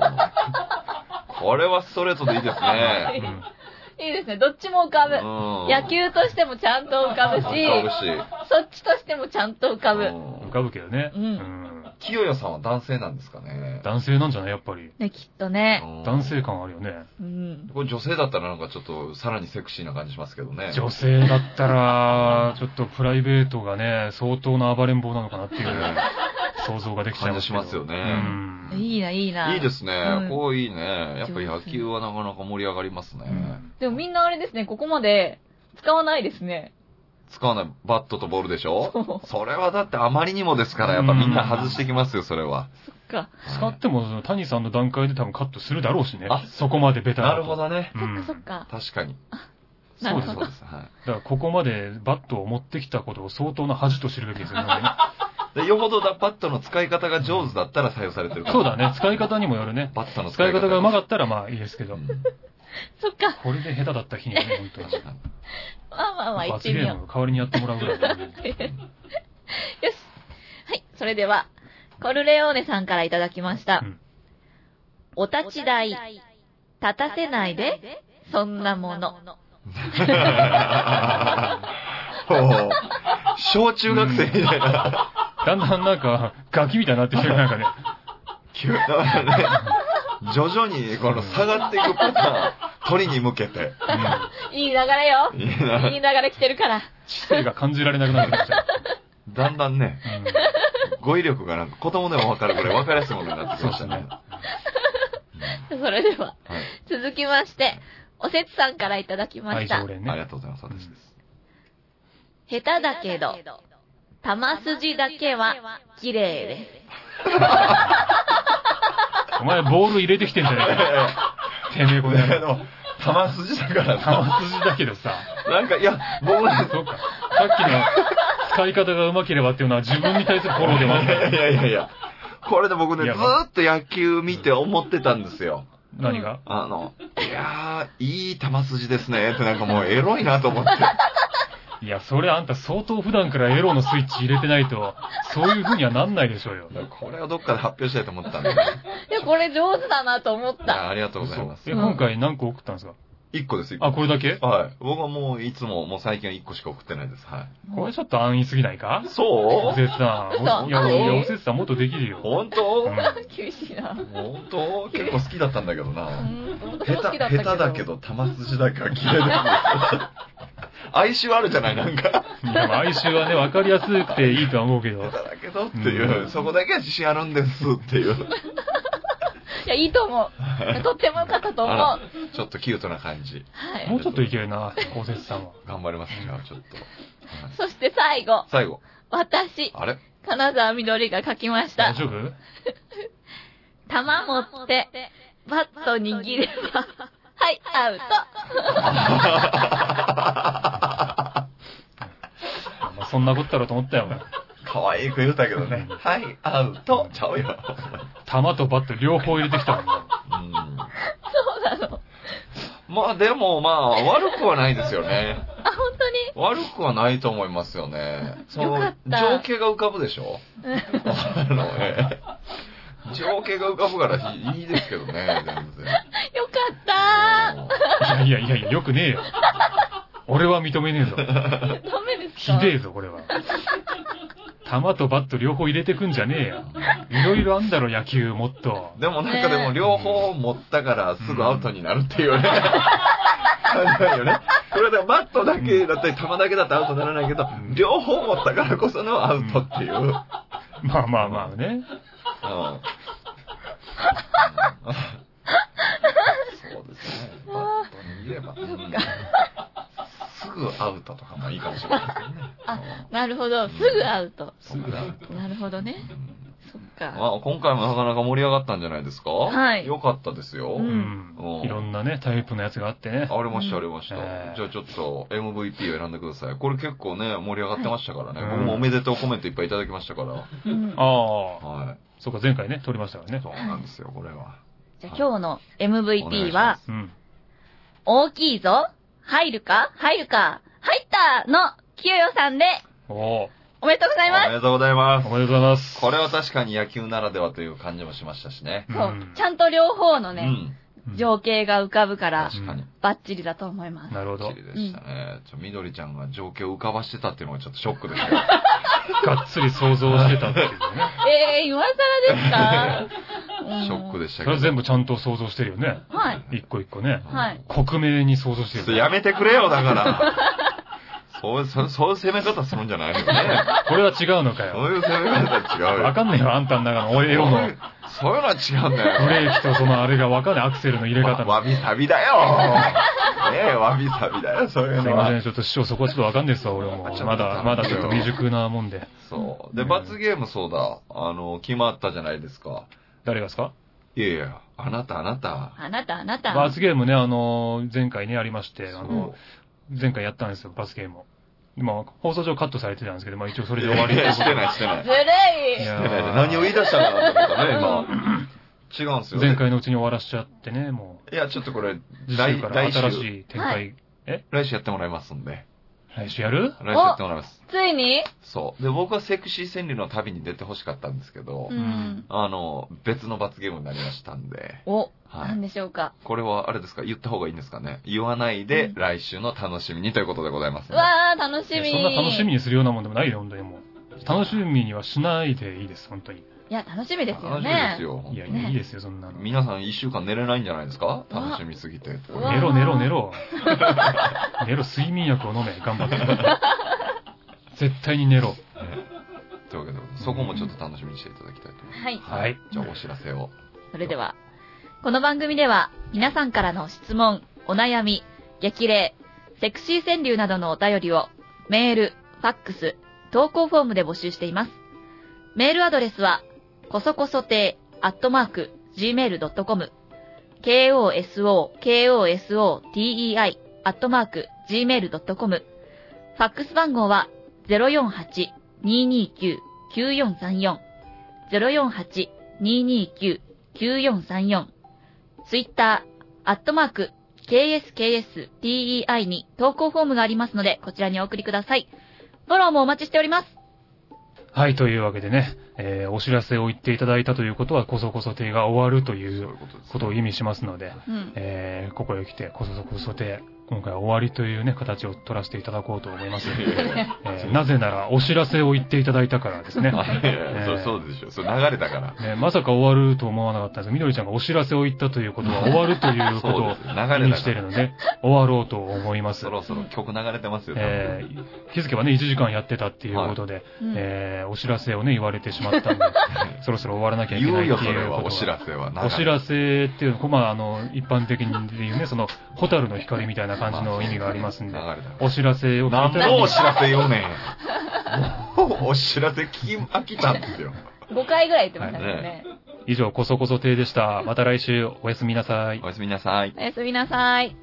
[SPEAKER 2] これはストレートでいいですね。
[SPEAKER 1] うん
[SPEAKER 3] ーいいですね。どっちも浮かぶ。野
[SPEAKER 2] 野
[SPEAKER 3] 球としてもちゃんと浮かぶし、
[SPEAKER 2] 浮かぶし。
[SPEAKER 3] そっちとしてもちゃんと浮かぶ。
[SPEAKER 1] 浮
[SPEAKER 2] 浮
[SPEAKER 1] かぶけどね。
[SPEAKER 3] うん
[SPEAKER 1] ん
[SPEAKER 2] 清代さんは男性なんですかね。
[SPEAKER 1] 男性なんじゃないやっぱり。
[SPEAKER 3] ね、きっとね。
[SPEAKER 2] うん
[SPEAKER 1] 男性感あるよね。
[SPEAKER 3] うん。
[SPEAKER 2] これ女性だったらなんかちょっとさらにセクシーな感じしますけどね。
[SPEAKER 1] 女性だったら、ちょっとプライベートがね、相当な暴れん坊なのかなっていう
[SPEAKER 2] う
[SPEAKER 1] 想像がで
[SPEAKER 2] ん
[SPEAKER 1] きちゃい
[SPEAKER 2] 感
[SPEAKER 1] ます
[SPEAKER 2] じし
[SPEAKER 1] けど。
[SPEAKER 2] ますよね。
[SPEAKER 1] うん。
[SPEAKER 3] いいな、いいな。
[SPEAKER 2] いいですね。
[SPEAKER 3] うん
[SPEAKER 2] こういいね。やっぱ野球はなかなか盛り上がりますね。
[SPEAKER 1] うん
[SPEAKER 3] でもみんなあれですね、ここまで使わないですね。
[SPEAKER 2] 使わないバットとボールでし
[SPEAKER 3] そ
[SPEAKER 2] ょそれはだってあまりにもですから、やっぱみんな外してきますよ、それは。
[SPEAKER 3] か。
[SPEAKER 1] 使っても、その谷さんの段階で多分カットするだろうしね
[SPEAKER 2] あ。
[SPEAKER 1] そこまでベタだ
[SPEAKER 2] な
[SPEAKER 1] と
[SPEAKER 2] るほ。どね。
[SPEAKER 1] う
[SPEAKER 3] そっか
[SPEAKER 1] ん
[SPEAKER 3] そっか。
[SPEAKER 2] 確かに。
[SPEAKER 3] な
[SPEAKER 2] そう
[SPEAKER 3] る
[SPEAKER 2] です、
[SPEAKER 3] ほ
[SPEAKER 2] そう
[SPEAKER 3] ど。
[SPEAKER 2] です。は
[SPEAKER 1] だからここまでバットを持ってきたことを相当な恥と知るべきですよね。なんか
[SPEAKER 2] い。で、よほどだバットの使い方が上手だったら採用されてる
[SPEAKER 1] ね
[SPEAKER 2] か
[SPEAKER 1] そ
[SPEAKER 2] ら
[SPEAKER 1] うだ。ね。使い方にもよるね。
[SPEAKER 2] バットの
[SPEAKER 1] 使い方がうま
[SPEAKER 2] かっ
[SPEAKER 1] かったらまあいいですけど。
[SPEAKER 3] そっか。
[SPEAKER 1] これで下手だった日にはね、本当に。
[SPEAKER 3] まあ まあまあ、行っ
[SPEAKER 1] 罰
[SPEAKER 3] てみ
[SPEAKER 1] ゲ
[SPEAKER 3] よ
[SPEAKER 1] ー
[SPEAKER 3] う
[SPEAKER 1] ム。の代わりにやってもらうぐらいだね
[SPEAKER 3] よし。はい。それでは、コルレオーネさんからいただきました。
[SPEAKER 1] うん
[SPEAKER 3] お立
[SPEAKER 4] 立
[SPEAKER 3] ち
[SPEAKER 4] ち
[SPEAKER 3] 台、
[SPEAKER 4] 台、
[SPEAKER 3] 立
[SPEAKER 4] 立
[SPEAKER 3] たせ
[SPEAKER 4] て
[SPEAKER 3] な
[SPEAKER 4] ないい
[SPEAKER 3] で、
[SPEAKER 4] で、
[SPEAKER 3] そ
[SPEAKER 4] そ
[SPEAKER 3] ん
[SPEAKER 4] ん
[SPEAKER 3] な
[SPEAKER 4] な
[SPEAKER 3] も
[SPEAKER 4] も
[SPEAKER 3] の
[SPEAKER 4] の。。
[SPEAKER 2] ほう小中学生みたいな。
[SPEAKER 1] だんだんなんか、ガキみたいになってきてるなんかね。
[SPEAKER 2] 急だね。徐々にこの下がっていくパターン、取りに向けて。
[SPEAKER 3] いい流れよ。
[SPEAKER 2] いいない
[SPEAKER 3] い流れ来てるから。
[SPEAKER 1] 知性が感じられなくなってきちゃう。
[SPEAKER 2] だんだんね、
[SPEAKER 1] うん
[SPEAKER 2] 語彙力がなんか子供でもわかるぐらいわかりやすいものになってきました
[SPEAKER 1] そう
[SPEAKER 2] ね
[SPEAKER 1] で。
[SPEAKER 3] それでは、
[SPEAKER 2] はい。
[SPEAKER 3] 続きまして、おせつさんからいただきま
[SPEAKER 1] はい、
[SPEAKER 3] した
[SPEAKER 1] 常。連
[SPEAKER 2] あり
[SPEAKER 1] ね。
[SPEAKER 2] がとうございます。私です。
[SPEAKER 3] 下手
[SPEAKER 4] た
[SPEAKER 3] だ
[SPEAKER 4] だ
[SPEAKER 3] け
[SPEAKER 4] け
[SPEAKER 3] ど
[SPEAKER 4] ど、、
[SPEAKER 3] 玉
[SPEAKER 4] ま筋
[SPEAKER 3] 筋だ
[SPEAKER 4] だ
[SPEAKER 3] け
[SPEAKER 4] け
[SPEAKER 3] は
[SPEAKER 4] は、
[SPEAKER 3] 綺
[SPEAKER 4] 綺
[SPEAKER 3] 麗
[SPEAKER 4] 麗
[SPEAKER 3] で。
[SPEAKER 4] ですす。
[SPEAKER 1] お前ボール入れてきてんじゃねえかよ。てめえこの野郎。
[SPEAKER 2] 玉筋だからな。
[SPEAKER 1] 玉筋だけどさ。
[SPEAKER 2] なんか、 いや、僕ね、
[SPEAKER 1] そうか。さっきの使い方が上手ければっていうのは自分に対するフォローでもある
[SPEAKER 2] い
[SPEAKER 1] んだよ
[SPEAKER 2] やい やいやいや。これで僕
[SPEAKER 1] い
[SPEAKER 2] ね、ず
[SPEAKER 1] や
[SPEAKER 2] ーっと野球見て思ってたんですよ。
[SPEAKER 1] 何が
[SPEAKER 2] あの、いやー、いい球筋ですね。ってなんかもうエロいなと思って。
[SPEAKER 1] いや、それあんた相当普段からエロのスイッチ入れてないと、そういう風にはなんないでしょうよ。
[SPEAKER 2] これをどっかで発表したいと思ったんで。い
[SPEAKER 4] いや、これ上手だなと思った。
[SPEAKER 2] やありがとうございます
[SPEAKER 1] え、。今回何個送ったんですか
[SPEAKER 2] 1個です、1個。
[SPEAKER 1] あ、これだけ
[SPEAKER 2] はい。僕はもういつも、もう最近は1個しか送ってないです。は
[SPEAKER 1] これちょっと安易すぎないか
[SPEAKER 2] い。そ
[SPEAKER 1] おせつさん。
[SPEAKER 4] 嘘
[SPEAKER 1] いや、いや
[SPEAKER 4] 安易
[SPEAKER 1] おせつさんもっとできるよ。
[SPEAKER 2] 本当
[SPEAKER 1] うん
[SPEAKER 4] 厳しいな。
[SPEAKER 2] 本当結構好きだったんだけど
[SPEAKER 4] う
[SPEAKER 2] な。
[SPEAKER 4] ん、本当
[SPEAKER 2] 下手、
[SPEAKER 4] 好きだ
[SPEAKER 2] 下
[SPEAKER 4] っ
[SPEAKER 2] 手
[SPEAKER 4] たけど。
[SPEAKER 2] だけ。ど、玉筋だから嫌いだ。哀愁あるじゃない、なんか。
[SPEAKER 1] いや、まあ哀愁はね、わかりやすくていいとは思うけ
[SPEAKER 2] 下
[SPEAKER 1] ど
[SPEAKER 2] 手。だけどっていう、
[SPEAKER 1] うん
[SPEAKER 2] そこだけは自信あるんですっていう。
[SPEAKER 4] いや、いいと思 う。とってもよかったと思う。
[SPEAKER 2] あ
[SPEAKER 4] は
[SPEAKER 2] らちょっとキュートな感じ。
[SPEAKER 4] い。
[SPEAKER 1] もうちょっといけるな、おせつさんは。
[SPEAKER 2] 頑張ります、じゃあちょっと。はい
[SPEAKER 4] そして最後、
[SPEAKER 2] 最後。
[SPEAKER 4] 私、
[SPEAKER 2] あれ
[SPEAKER 4] 金沢みどりが書き まし
[SPEAKER 1] 大
[SPEAKER 4] た。
[SPEAKER 1] 丈夫
[SPEAKER 4] 玉持って、バット握れば、はい、アウト。
[SPEAKER 1] まあ、そんなことだろうと思ったよ。もう
[SPEAKER 2] 可愛く言うたけどね。はい、アウト。ちゃうよ。
[SPEAKER 1] 玉とバット両方入れてきたもんね。
[SPEAKER 4] そうなの。
[SPEAKER 2] まあでもまあ悪くはないですよね。
[SPEAKER 4] あ、本当に
[SPEAKER 2] 悪くはないと思いますよね。そ
[SPEAKER 4] よか
[SPEAKER 2] の
[SPEAKER 4] った
[SPEAKER 2] 情景が浮かぶでしょ あのね。情景が浮かぶからいいですけどね、全然。
[SPEAKER 4] よかった
[SPEAKER 1] いやいやいや、よくねえよ。俺は認めねえぞ。
[SPEAKER 4] ー。ダメです
[SPEAKER 1] ひ
[SPEAKER 4] か
[SPEAKER 1] でえぞ、これは。球とバット両方入れてくんじゃねえよ。いろいろあんだろ、野球、もっと。
[SPEAKER 2] でもなん
[SPEAKER 4] ね
[SPEAKER 2] か
[SPEAKER 4] え
[SPEAKER 2] でも両方持ったからすぐアウトになるっていうね。感じだよね。これでバットだけだったり球だけだとアウトにならないけど、両方持ったからこそのアウトっていう。うん
[SPEAKER 1] まあまあまあね。
[SPEAKER 2] そうですね。バットにいれば。うんすぐアウトとかもいいかもしれないですね。うん
[SPEAKER 4] なるほど。すぐアウト。
[SPEAKER 2] すぐアウト。
[SPEAKER 4] なるほどね。そっか。
[SPEAKER 2] あ今回もなかなか盛り上がったんじゃないですか
[SPEAKER 4] はい
[SPEAKER 2] よかったですよ。
[SPEAKER 4] う
[SPEAKER 1] うんん。いろんなね、タイプのやつがあってね。
[SPEAKER 2] ありました、ありました。
[SPEAKER 1] ええ
[SPEAKER 2] じゃあちょっと MVP を選んでください。これ結構ね、盛り上がってましたからね。
[SPEAKER 1] はい
[SPEAKER 2] 僕もおめでとうコメントいっぱいいただきましたから。
[SPEAKER 4] うん
[SPEAKER 1] ああ、
[SPEAKER 2] はい。
[SPEAKER 1] そうか、前回ね、撮りましたからね
[SPEAKER 2] そ。うなんですよ、これは。
[SPEAKER 4] じゃあ今日の MVP
[SPEAKER 2] お願いしま
[SPEAKER 4] は
[SPEAKER 1] う
[SPEAKER 2] す、
[SPEAKER 1] ん。
[SPEAKER 4] 大きいぞ入るか入るか入ったの、きよよさんで、
[SPEAKER 1] おお
[SPEAKER 4] おめでとうござい
[SPEAKER 2] お
[SPEAKER 4] ま
[SPEAKER 2] めでとうございま
[SPEAKER 1] ー、
[SPEAKER 2] す
[SPEAKER 1] お。めでとうございます。
[SPEAKER 2] これは確かに野球ならではという感じもしましたしね。
[SPEAKER 1] う
[SPEAKER 4] す。
[SPEAKER 1] ん
[SPEAKER 4] そう。ちゃんと両方の
[SPEAKER 2] う
[SPEAKER 4] ね、
[SPEAKER 2] ん。
[SPEAKER 1] うん
[SPEAKER 4] 情景が浮かぶから、
[SPEAKER 2] 確かに。
[SPEAKER 4] バッチリだと思います。
[SPEAKER 1] なるほど
[SPEAKER 2] 綺。麗でしたね。ちょ、みどりちゃんが情景を浮かばしてたっていうのがちょっとショックですけど。
[SPEAKER 1] がっつり想像してたっていうね。
[SPEAKER 4] えー、今更ですか、
[SPEAKER 2] ショックでし
[SPEAKER 1] そ
[SPEAKER 2] たけ
[SPEAKER 1] れ
[SPEAKER 2] ど。
[SPEAKER 1] は全部ちゃんと想像してるよね。
[SPEAKER 4] す。はい。
[SPEAKER 1] 一個一個ね。
[SPEAKER 4] はい。
[SPEAKER 1] 克明に想像して
[SPEAKER 2] ちょ
[SPEAKER 1] る
[SPEAKER 2] っ
[SPEAKER 1] ね、
[SPEAKER 2] とやめてくれよ、だから。そう、そう、そういう攻め方するんじゃないよ ね。
[SPEAKER 1] これは違うのか
[SPEAKER 2] そ
[SPEAKER 1] よ。
[SPEAKER 2] ういう攻め方違うよ
[SPEAKER 1] わ。かんねえよ、あんたの中の俺よの。
[SPEAKER 2] そういうのは違うんだよ。
[SPEAKER 1] ブレーキとそのあれがわかんない、アクセルの入れ
[SPEAKER 2] わ
[SPEAKER 1] 方の。
[SPEAKER 2] わびさび だよ。ねえ、わびさびだよ、そういう
[SPEAKER 1] すい
[SPEAKER 2] の
[SPEAKER 1] ません、
[SPEAKER 2] は。
[SPEAKER 1] ちょっと師匠そこはちょっとわかんないですわ、俺も。
[SPEAKER 2] ちょっと
[SPEAKER 1] まだ、まだちょっと未熟なもんで。
[SPEAKER 2] そう。で、罰ゲームそうだ。あの、決まったじゃないですか。
[SPEAKER 1] 誰がですか
[SPEAKER 2] いやいや、あなた、あなた。
[SPEAKER 4] あなた、あなた。
[SPEAKER 1] 罰ゲームね、あの、前回ね、ありまして、あ
[SPEAKER 2] そ
[SPEAKER 1] の、前回やったんですよ、罰ゲームを。まあ、放送上カットされてたんですけど、まあ一応それ
[SPEAKER 2] う。
[SPEAKER 1] で終わりとう
[SPEAKER 2] し
[SPEAKER 1] こと
[SPEAKER 2] て
[SPEAKER 1] で
[SPEAKER 2] ない、してない。
[SPEAKER 4] ず
[SPEAKER 2] して
[SPEAKER 4] る
[SPEAKER 1] い
[SPEAKER 4] い
[SPEAKER 1] や
[SPEAKER 2] ないで何を言い出したのかと思ったね、今。違うんですよ。
[SPEAKER 1] 前回のうちに終わらしちゃってね、も
[SPEAKER 2] いや、ちょっとこれ、
[SPEAKER 1] う、次
[SPEAKER 2] 来
[SPEAKER 1] 週から
[SPEAKER 2] 来
[SPEAKER 1] 新
[SPEAKER 2] 週、
[SPEAKER 1] しい展
[SPEAKER 4] は
[SPEAKER 1] 開、
[SPEAKER 2] 来週やってもらいますんで。
[SPEAKER 1] 来週やる
[SPEAKER 2] 来週やってもらいます。
[SPEAKER 4] ついに
[SPEAKER 2] そう。で、僕はセクシー川柳の旅に出てほしかったんですけど
[SPEAKER 4] う、ん。
[SPEAKER 2] あの、別の罰ゲームになりましたんで。
[SPEAKER 4] お、
[SPEAKER 2] はい
[SPEAKER 4] なんでしょうか。
[SPEAKER 2] これはあれですか言った方がいいんですかね言わないで、
[SPEAKER 4] うん
[SPEAKER 2] 来週の楽しみにということでございます、
[SPEAKER 4] うわー、楽し
[SPEAKER 1] いや
[SPEAKER 4] み。
[SPEAKER 1] そんな楽しみにするようなもんでもないよ、本当にもう。楽しみにはしないでいいです、本当に。
[SPEAKER 4] いや、楽しみですよ
[SPEAKER 2] 楽しみで
[SPEAKER 4] ね
[SPEAKER 2] す。よ。
[SPEAKER 1] いやいや、
[SPEAKER 4] ね
[SPEAKER 1] いいですよ、そんなの。
[SPEAKER 2] 皆さん一週間寝れないんじゃないですか
[SPEAKER 4] うわ
[SPEAKER 2] 楽しみすぎて。
[SPEAKER 4] うわ
[SPEAKER 1] 寝ろ寝ろ寝ろ。 寝ろ、睡眠薬を飲め、頑張って。絶対に寝ろ。
[SPEAKER 2] というわけで、そこもちょっと楽しみにしていただきたいと思います。
[SPEAKER 4] はい。
[SPEAKER 1] はい。
[SPEAKER 2] じゃあお知らせを。
[SPEAKER 4] それでは、この番組では皆さんからの質問、お悩み、激励、セクシー川柳などのお便りをメール、ファックス、投稿フォームで募集しています。メールアドレスは、こそこそてアットマーク、 gmail.com、koso, koso, tei, アットマーク、gmail.com。ファックス番号は、048-229-9434。048-229-9434。ツイッター、アットマーク、kskstei に投稿フォームがありますので、こちらにお送りください。フォローもお待ちしております。
[SPEAKER 1] はい、というわけでね、えーお知らせを言っていただいたということは、こそこそ亭が終わるとい
[SPEAKER 2] そういう
[SPEAKER 1] う
[SPEAKER 2] ことです。
[SPEAKER 1] ことを意味しますので、
[SPEAKER 4] うん。
[SPEAKER 1] えーここへ来て、こそこそ亭、今回は終わりというね、形を取らせていただこうと思い ます。えーなぜなら、お知らせを言っていただいたからですね。
[SPEAKER 2] いやいやそうそうでしょ。そう流れだから。
[SPEAKER 1] ね、まさか終わると思わなかったんですみどりちゃんがお知らせを言ったということは終わるというこ
[SPEAKER 2] そ
[SPEAKER 1] と
[SPEAKER 2] う
[SPEAKER 1] を
[SPEAKER 2] です。流
[SPEAKER 1] 意
[SPEAKER 2] れ
[SPEAKER 1] 味
[SPEAKER 2] だ
[SPEAKER 1] して
[SPEAKER 2] か
[SPEAKER 1] いる
[SPEAKER 2] ら。
[SPEAKER 1] ので、終わろうと思います
[SPEAKER 2] そ。ろそろ曲流れてますよ。多分
[SPEAKER 1] えー気づけばね、1時間やってたっていうことで、
[SPEAKER 4] うん
[SPEAKER 1] えーお知らせをね、言われてしま ったんで、そろそろ終わらなきゃいけ
[SPEAKER 2] 言
[SPEAKER 1] な
[SPEAKER 2] う
[SPEAKER 1] いっていう
[SPEAKER 2] よ、
[SPEAKER 1] こと
[SPEAKER 2] それは、お知ら
[SPEAKER 1] せ。
[SPEAKER 2] せは。
[SPEAKER 1] お知らせっていうのは、まあ、あの、一般的に言うね、その、ホタルの光みたいな感じの意味がありますん
[SPEAKER 2] 流
[SPEAKER 1] で
[SPEAKER 2] れ、だから。
[SPEAKER 1] お知らせを聞い
[SPEAKER 2] なん
[SPEAKER 1] たら
[SPEAKER 2] のお知ら せよねん。もうお知らせ聞き飽きたんですよ。
[SPEAKER 4] 5回ぐらい言ってましたけど
[SPEAKER 2] はい
[SPEAKER 4] ね。
[SPEAKER 1] 以上、こそこそ亭でした。また来週、おやすみなさい。
[SPEAKER 2] おやすみなさい。
[SPEAKER 4] おやすみなさい。